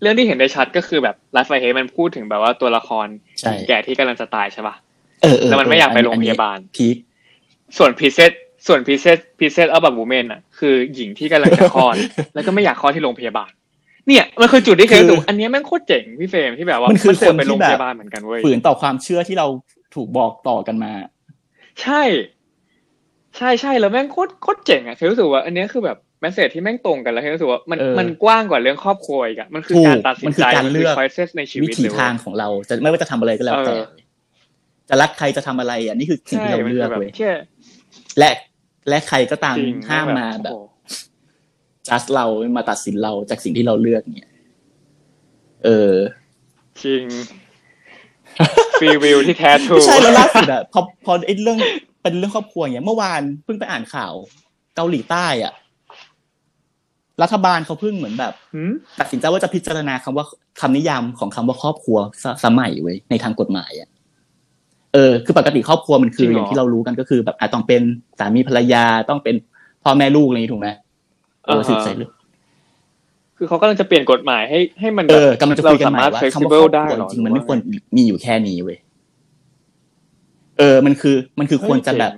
[SPEAKER 2] เรื่องที่เห็นได้ชัดก็คือแบบรัสไฟเฮมันพูดถึงแบบว่าตัวละคร
[SPEAKER 3] ใช่
[SPEAKER 2] หญิงแก่ที่กำลังจะตายใช่ปะ
[SPEAKER 3] เออเออ
[SPEAKER 2] แล้วมันไม่อยากไปโรงพยาบาล
[SPEAKER 3] พีค
[SPEAKER 2] ส่วนพรีเซตส่วนพรีเซตพรีเซตเอาแบบบูเมนอ่ะคือหญิงที่กำลังจะคล
[SPEAKER 3] [LAUGHS]
[SPEAKER 2] อด แล้วก็ไม่อยากคลอดที่โรงพยาบาล เนี่ยมันคือจุดที่เคยรู้สึกว่าอันเนี้ยแม่งโคตรเจ๋งพี่เฟรมที่แบบว่า
[SPEAKER 3] มั
[SPEAKER 2] มัน
[SPEAKER 3] คือ
[SPEAKER 2] เสืกไปโรง
[SPEAKER 3] คนที่แบบ
[SPEAKER 2] พยาบาลเหมือนกันเว้ย
[SPEAKER 3] ฝืนต่อความเชื่อที่เราถูกบอกต่อกันมา
[SPEAKER 2] ใช่ ใช่ใช่แล้วแม่งโคตรโคตรเจ๋งอ่ะเคยรู้สึกว่า อันเนี้ยคือแบบแมสเซจที่แม่งตรงกันแล้วเคยรู้สึกว่ามัน
[SPEAKER 3] เออ
[SPEAKER 2] มันกว้างกว่าเรื่องครอบครัวอีกอะมันคือ
[SPEAKER 3] ถูก
[SPEAKER 2] การตัดสิ
[SPEAKER 3] มัน นคือ
[SPEAKER 2] ใจ
[SPEAKER 3] การเลือก
[SPEAKER 2] มันคือ choices ในชี
[SPEAKER 3] วิ
[SPEAKER 2] วิต
[SPEAKER 3] ถี
[SPEAKER 2] เลยเว้
[SPEAKER 3] ทาง
[SPEAKER 2] ย
[SPEAKER 3] ของเราจะไม่ว่าจะทำอะไรก็แล้วแต่
[SPEAKER 2] เออ
[SPEAKER 3] จะรักใครจะทำอะไรอ่ะนี่คือสิ่ง
[SPEAKER 2] ใช่
[SPEAKER 3] ที่เรา
[SPEAKER 2] มัน
[SPEAKER 3] เลื
[SPEAKER 2] คือ อก แบบ
[SPEAKER 3] เว้ย
[SPEAKER 2] เชื่อ
[SPEAKER 3] และและใครก็ตาม
[SPEAKER 2] จริง
[SPEAKER 3] ห้ามมาแบบ
[SPEAKER 2] โอ้โห
[SPEAKER 3] จัดเรามาตัดสินเราจากสิ่งที่เราเลือกเนี่ยเออ
[SPEAKER 2] จริง [LAUGHS] รีวิวที่แท้ทรู
[SPEAKER 3] ไม่ใช่แล้วล่าสุดอ่ะพ [LAUGHS] อพอไอ้เรื่องเป็นเรื่องครอบครัวเนี่ยเมื่อวานเพิ่งไปอ่านข่าว เกาหลีใต้อ่ะ รัฐบาลเขาเพิ่งเหมือนแบบ
[SPEAKER 2] หืม
[SPEAKER 3] ตัดสินใจว่าจะพิจารณาคำว่าคำนิยามของคำว่าครอบครัวสสมัยเว้ยในทางกฎหมายอ่ะเออ คือปกติครอบครัวมันคืออย่างที่เรารู้กันก็คือแบบอาจต้องเป็นสามีภรรยาต้องเป็นพ่อแม่ลูกอะไรอย่างนี้ถูกไหมเออสืบสายเลือด
[SPEAKER 2] คือเขากำลังจะเปลี่ยนกฎหมายให้ให้มัน
[SPEAKER 3] เอ
[SPEAKER 2] แบบ
[SPEAKER 3] อกำลังจะคุยกันใหม่
[SPEAKER 2] เราสามารถ
[SPEAKER 3] ว่าคำว่าครอบค
[SPEAKER 2] flexible ได้
[SPEAKER 3] รัว
[SPEAKER 2] เหรอ
[SPEAKER 3] จริงๆมันไม่
[SPEAKER 2] หรือว่า
[SPEAKER 3] ควรมีอยู่แค่นี้เว้ยเออ มันคือ มันคือควรจะแบบ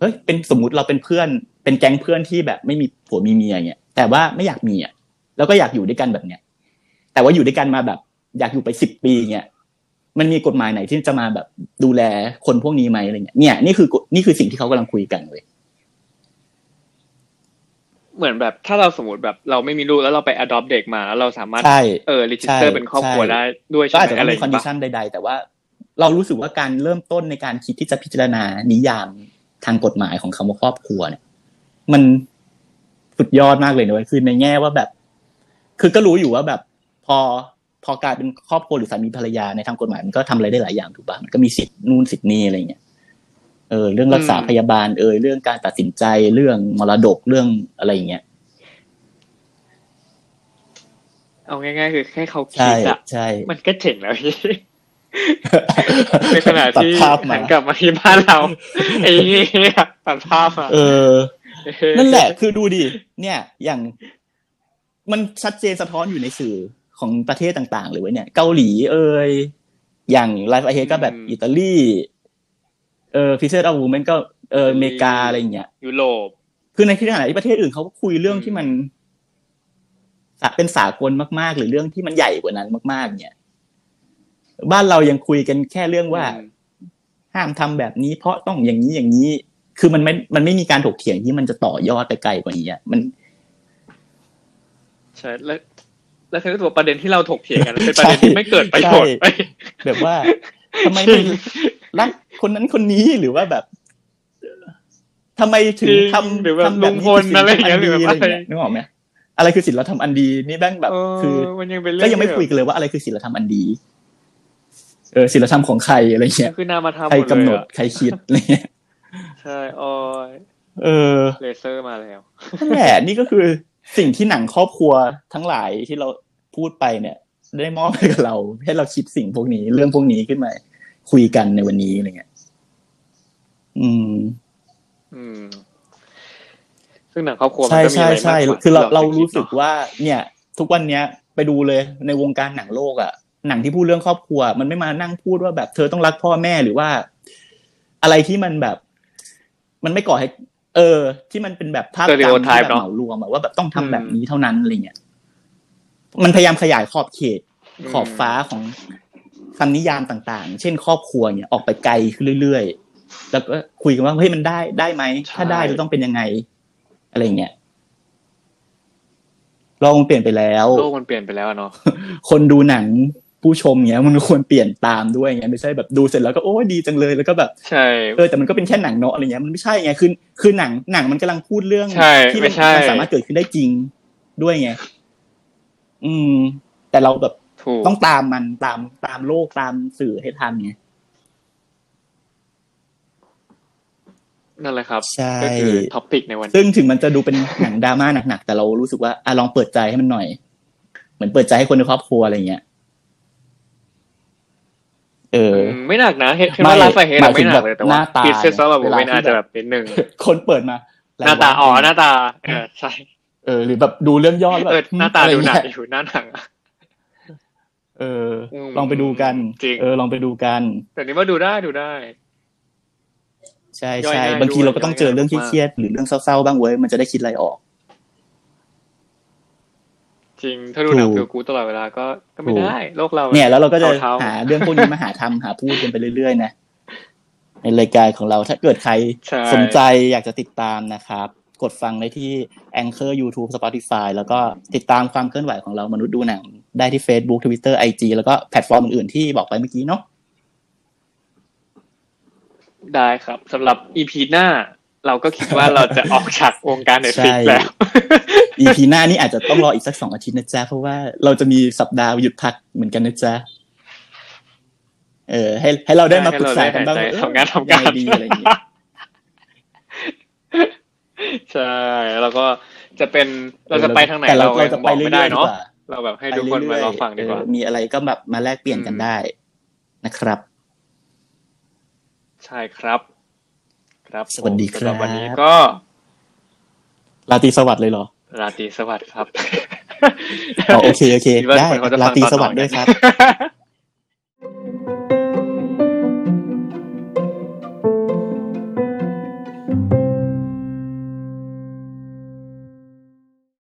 [SPEAKER 3] เฮ้ยเป็นสมมติเราเป็นเพื่อน เป็นแก๊งเพื่อนที่แบบไม่มีผัวมีเมียอย่างเงี้ยแต่ว่าไม่อยากมีอ่ะแล้วก็อยากอยู่ด้วยกันแบบเนี้ย แต่ว่าอยู่ด้วยกันมาแบบ อยากอยู่ไปสิบปีเงี้ยมันมีกฎหมายไหนที่จะมาแบบดูแลคนพวกนี้ไหมอะไรเงี้ยเนี่ยนี่คือกฎนี่คือสิ่งที่เขากำลังคุยกันเว้ย
[SPEAKER 2] เหมือนแบบถ้าเราสมมติแบบเราไม่มีลูกแล้วเราไป adopt เด็กมาแล้วเราสามารถ
[SPEAKER 3] ใช่
[SPEAKER 2] เออ register
[SPEAKER 3] ใช่
[SPEAKER 2] เป็นครอบครัว
[SPEAKER 3] ใช่
[SPEAKER 2] ได้ด้วยใช่
[SPEAKER 3] ก็อาจจะต้
[SPEAKER 2] ไหมอะ
[SPEAKER 3] องมีค
[SPEAKER 2] ไรอย่าง
[SPEAKER 3] อนดิ
[SPEAKER 2] เงี้ย
[SPEAKER 3] ชันใด ๆ แต่ว่าเรารู้สึกว่าการเริ่มต้นในการคิดที่จะพิจารณานิยามทางกฎหมายของคำว่าครอบครัวเนี่ย มันสุดยอดมากเลยนะเว้ยคือในแง่ว่าแบบ คือก็รู้อยู่ว่าแบบ พอพอกลายเป็นครอบครัวหรือสามีภรรยาในทางกฎหมายมันก็ทำอะไรได้หลายอย่างถูกป่ะมันก็มีสิทธิ์นู่นสิทธิ์นี่อะไรเงี้ยเออเรื่องรักษาพยาบาลเอยเรื่องการตัดสินใจเรื่องมรดกเรื่องอะไรอย่างเงี้ย
[SPEAKER 2] เอาง่ายๆ คือแค่เขา
[SPEAKER 3] ใช่
[SPEAKER 2] คิดอะ
[SPEAKER 3] ใช่
[SPEAKER 2] มันก็เจ๋งแล้ว
[SPEAKER 3] [LAUGHS]
[SPEAKER 2] พี่ ในขณะ
[SPEAKER 3] ตัด
[SPEAKER 2] ที่
[SPEAKER 3] ภาพมา
[SPEAKER 2] หันกลับมาที่บ้าน
[SPEAKER 3] [LAUGHS]
[SPEAKER 2] เราไอ้เหี้ยตัดภาพมา
[SPEAKER 3] เออ นั่นแหละ คือดูดิ เนี่ย อย่าง มันชัดเจนสะท้อนอยู่ในสื่อของประเทศต่างๆเลยเว้ยเนี่ย เกาหลีเอ่ย อย่างไลฟ์ไอเฮก็แบบอิตาลี เออฟิเซอร์อาวูแมันก็เอออเมริกาอะไรอย่างเงี้ย
[SPEAKER 2] ยุโรป
[SPEAKER 3] คือในขณะที่ประเทศอื่นเขาก็คุยเรื่องที่มันสะเป็นสากลมากๆ หรือเรื่องที่มันใหญ่กว่านั้นมาก ๆ เนี่ย บ้านเรายังคุยกันแค่เรื่องว่า
[SPEAKER 2] อืม
[SPEAKER 3] ห้ามทำแบบนี้ เพราะต้องอย่างนี้อย่างนี้ คือมันไม่ มันไม่มีการถกเถียงที่มันจะต่อยอดไปไกลกว่านี้อะมัน
[SPEAKER 2] ใช่แล้วแล้วคือตัวาประเด็นที่เราถกเถียงกันเป็นประเด็นที่ไม่เกิดประโยชน์
[SPEAKER 3] ใช่ แบบ
[SPEAKER 2] [LAUGHS]
[SPEAKER 3] ว่าทำไมมันรักคนนั้นคนนี้หรือว่าแบบทำไมถึงทำ
[SPEAKER 2] จริงหรือแบบ
[SPEAKER 3] ทำ
[SPEAKER 2] ลุงพล
[SPEAKER 3] นี้
[SPEAKER 2] อะไรอย่างเงี้ยห
[SPEAKER 3] คื
[SPEAKER 2] รื
[SPEAKER 3] ศี
[SPEAKER 2] อ
[SPEAKER 3] ล
[SPEAKER 2] แบ
[SPEAKER 3] ธ
[SPEAKER 2] บ
[SPEAKER 3] รรมอันดีอะไรอย่างเงี้ยนึกออกไหมอะไรคือศีลธรรมอันดีนี่แม่งแบบ
[SPEAKER 2] เอ
[SPEAKER 3] คือ
[SPEAKER 2] อมันยังเป็นเรื่อ
[SPEAKER 3] ก็
[SPEAKER 2] ง
[SPEAKER 3] ยังไม่คุยกันเลยว่าอะไรคือศีลธรรมอันดี เออศีลธรรมของใครอะไรเงี้ย
[SPEAKER 2] คือนามธรรม
[SPEAKER 3] ใครกำหนด
[SPEAKER 2] มเลยอะ
[SPEAKER 3] ใครคิดอะไรเงี้ย
[SPEAKER 2] ใช่โอ้ย
[SPEAKER 3] เออ
[SPEAKER 2] เลเซอร์มาแล้ว
[SPEAKER 3] นั่นแหละนี่ก็คือสิ่งที่หนังครอบครัวทั้งหลายที่เราพูดไปเนี่ย ได้มอบให้กับเรา ให้เราคิดสิ่งพวกนี้ เรื่องพวกนี้ขึ้นมา คุยกันในวันนี้อะไรเงี้ย อืม
[SPEAKER 2] อืม ซึ่งหนังครอบครัวมัน
[SPEAKER 3] ใช่
[SPEAKER 2] ก็มี
[SPEAKER 3] ใช่
[SPEAKER 2] อะไร
[SPEAKER 3] ใช่
[SPEAKER 2] มากกว่
[SPEAKER 3] คือเรา
[SPEAKER 2] ที่
[SPEAKER 3] เรารู้สึก
[SPEAKER 2] คิดเนอะ
[SPEAKER 3] ว่า เนี่ย ทุกวันเนี้ย ไปดูเลยในวงการหนังโลกอ่ะ หนังที่พูดเรื่องครอบครัว มันไม่มานั่งพูดว่าแบบเธอต้องรักพ่อแม่หรือว่า อะไรที่มันแบบ มันไม่ก่อให้ เออ ที่มันเป็นแบบภาพจำที่แบบ
[SPEAKER 2] Stereotype เนอะ
[SPEAKER 3] เหมารวมอะว่าแบบต้องทำ
[SPEAKER 2] อืม
[SPEAKER 3] แบบนี้เท่านั้นอะไรเงี้ยมันพยายามขยายขอบเขต ขอบฟ้าของคำนิยามต่างๆ เช่นครอบครัวเนี่ยออกไปไกลขึ้นเรื่อยๆ แล้วก็คุยกันว่าเฮ้ยมันได้ได้ไหม
[SPEAKER 2] ใช่
[SPEAKER 3] ถ้าได้จะต้องเป็นยังไง อะไรอย่างเงี้ยโลกมันเปลี่ยนไปแล้ว
[SPEAKER 2] โลกมันเปลี่ยนไปแล้วอะเนาะ
[SPEAKER 3] คนดูหนังผู้ชมเนี้ย มันควรเปลี่ยนตามด้วยไงไม่ใช่แบบดูเสร็จแล้วก็โอ้ยดีจังเลยแล้วก็แบบ
[SPEAKER 2] ใช่
[SPEAKER 3] เออแต่มันก็เป็นแค่หนังเนาะอะไรเงี้ยมันไม่ใช่ไงคือคือหนังหนังมันกำลังพูดเรื่อง
[SPEAKER 2] ใช่
[SPEAKER 3] ที่
[SPEAKER 2] ไม่
[SPEAKER 3] มัน
[SPEAKER 2] ใช่
[SPEAKER 3] มันสามารถเกิดขึ้นได้จริงด้วยไงอืม แต่เราแบบ
[SPEAKER 2] ถูก
[SPEAKER 3] ต้องตามมันตามตามโลกตามสื่อให้ทันไง
[SPEAKER 2] นั่นแหละครับ
[SPEAKER 3] ใช่
[SPEAKER 2] ก็คือท็อปิกในวันนี้
[SPEAKER 3] ซึ่งถึงมันจะดูเป็นหนังดราม่าหนักๆ แต่เรารู้สึกว่าอ่ะลองเปิดใจให้มันหน่อย เหมือนเปิดใจให้คนในครอบครัวอะไรเงี้ยเออ
[SPEAKER 2] มไม่หนักนะเห็นเห็น
[SPEAKER 3] ไม่
[SPEAKER 2] ว่าลาสาเหตุ
[SPEAKER 3] หมายถึง
[SPEAKER 2] ไม่หนั
[SPEAKER 3] แบ
[SPEAKER 2] ก
[SPEAKER 3] บ
[SPEAKER 2] เลยแต่
[SPEAKER 3] ห
[SPEAKER 2] ว่า
[SPEAKER 3] น้าตา
[SPEAKER 2] พิเศษสำหรับ
[SPEAKER 3] เว
[SPEAKER 2] ผม
[SPEAKER 3] ลา
[SPEAKER 2] เวนอาจ
[SPEAKER 3] ที่แบบ
[SPEAKER 2] จะแบบนิดนึง
[SPEAKER 3] คนเปิดมา
[SPEAKER 2] หน้าตาอ๋อหน้าตาเออใช่
[SPEAKER 3] เออหรือแบบดูเรื่องย่อแล้ว
[SPEAKER 2] เออ
[SPEAKER 3] แบบ
[SPEAKER 2] หน้าตา
[SPEAKER 3] อะไร
[SPEAKER 2] ดูหนัก
[SPEAKER 3] เงี้ย
[SPEAKER 2] อยู่หน้าหนังอะ
[SPEAKER 3] เอออ
[SPEAKER 2] ม
[SPEAKER 3] ลองไปดูกัน
[SPEAKER 2] จริง
[SPEAKER 3] เออลองไปดูกัน
[SPEAKER 2] แต่นี้ว่าดูได้ดูได้
[SPEAKER 3] ใช่
[SPEAKER 2] ย่อย
[SPEAKER 3] ใช่
[SPEAKER 2] ง่าย
[SPEAKER 3] บางที
[SPEAKER 2] ด้วย
[SPEAKER 3] เราก็ต้อง
[SPEAKER 2] ย่อย
[SPEAKER 3] เจอเรื่องที่
[SPEAKER 2] มาก
[SPEAKER 3] เครียดหรือเรื่องเศร้าๆบ้างเว้ยมันจะได้คิดอะไรออก
[SPEAKER 2] จริง ถ้าดูหนัง
[SPEAKER 3] ถูก
[SPEAKER 2] ฟิลกูดตลอดเวลาก็ก็ไม่
[SPEAKER 3] ถูก
[SPEAKER 2] ได้ โลกเรา
[SPEAKER 3] เนี่ย แล้วเราก็จะ
[SPEAKER 2] เท้าๆ
[SPEAKER 3] หาเรื่องพวกนี้มาหาทำ หาพูดกันไปเรื่อยๆนะในรายการของเราถ้าเกิดใคร
[SPEAKER 2] ใช่
[SPEAKER 3] สนใจอยากจะติดตามนะครับ กดฟังได้ที่ Anchor YouTube Spotify แล้วก็ติดตามความเคลื่อนไหวของเรามนุษย์ดูหนัง ได้ที่ Facebook Twitter IG แล้วก็แพลตฟอร์มอื่นๆที่บอกไปเมื่อกี้เนาะ
[SPEAKER 2] ได้ครับสำหรับอีพีหน้า เราก็คิดว่าเราจะออกจากวงการเน็ตฟลิกแล้ว
[SPEAKER 3] อีพีหน้านี่อาจจะต้องรออีกสักสองอาทิตย์นะจ๊ะ เพราะว่าเราจะมีสัปดาห์หยุดพักเหมือนกันนะจ๊ะ เออ ให้ให้เราได้มาปรึกษากันบ้างว่เออ
[SPEAKER 2] ทำงานทำการ
[SPEAKER 3] ยัไดีอะไรอย่างเงี้ย
[SPEAKER 2] ใช่แล้วก็จะเป็น [LAUGHS] เราจะไปทางไหน
[SPEAKER 3] แต่
[SPEAKER 2] เรา
[SPEAKER 3] เรา
[SPEAKER 2] ยั
[SPEAKER 3] จะ
[SPEAKER 2] งบ
[SPEAKER 3] ไป
[SPEAKER 2] อก
[SPEAKER 3] เรื่
[SPEAKER 2] ไม่
[SPEAKER 3] อย
[SPEAKER 2] ได้
[SPEAKER 3] ๆดีก
[SPEAKER 2] เนาะ
[SPEAKER 3] ว่า
[SPEAKER 2] เราแบบให้ทุกคน
[SPEAKER 3] ไป
[SPEAKER 2] มา
[SPEAKER 3] เรื่อยๆ
[SPEAKER 2] รอฟังดีกว่า
[SPEAKER 3] เออมีอะไรก็แบบมาแลกเปลี่ยนกัน
[SPEAKER 2] อืม
[SPEAKER 3] ได้นะครับ
[SPEAKER 2] ใช่ครับ ครับ
[SPEAKER 3] สวัสดีครับ
[SPEAKER 2] สำหรับวันนี้ก็
[SPEAKER 3] ราตรีสวัสดิ์เลยเหรอ
[SPEAKER 2] ราตรีสวัสดิ์ครับ
[SPEAKER 3] [LAUGHS] อ๋อโอเคโอเค
[SPEAKER 2] คิว่า
[SPEAKER 3] ได้
[SPEAKER 2] ทุกคนเขจะ
[SPEAKER 3] รา
[SPEAKER 2] ฟัง
[SPEAKER 3] ตรีสวัสดิ์ด้ว
[SPEAKER 2] อนไหน
[SPEAKER 3] ยครับ
[SPEAKER 2] กัน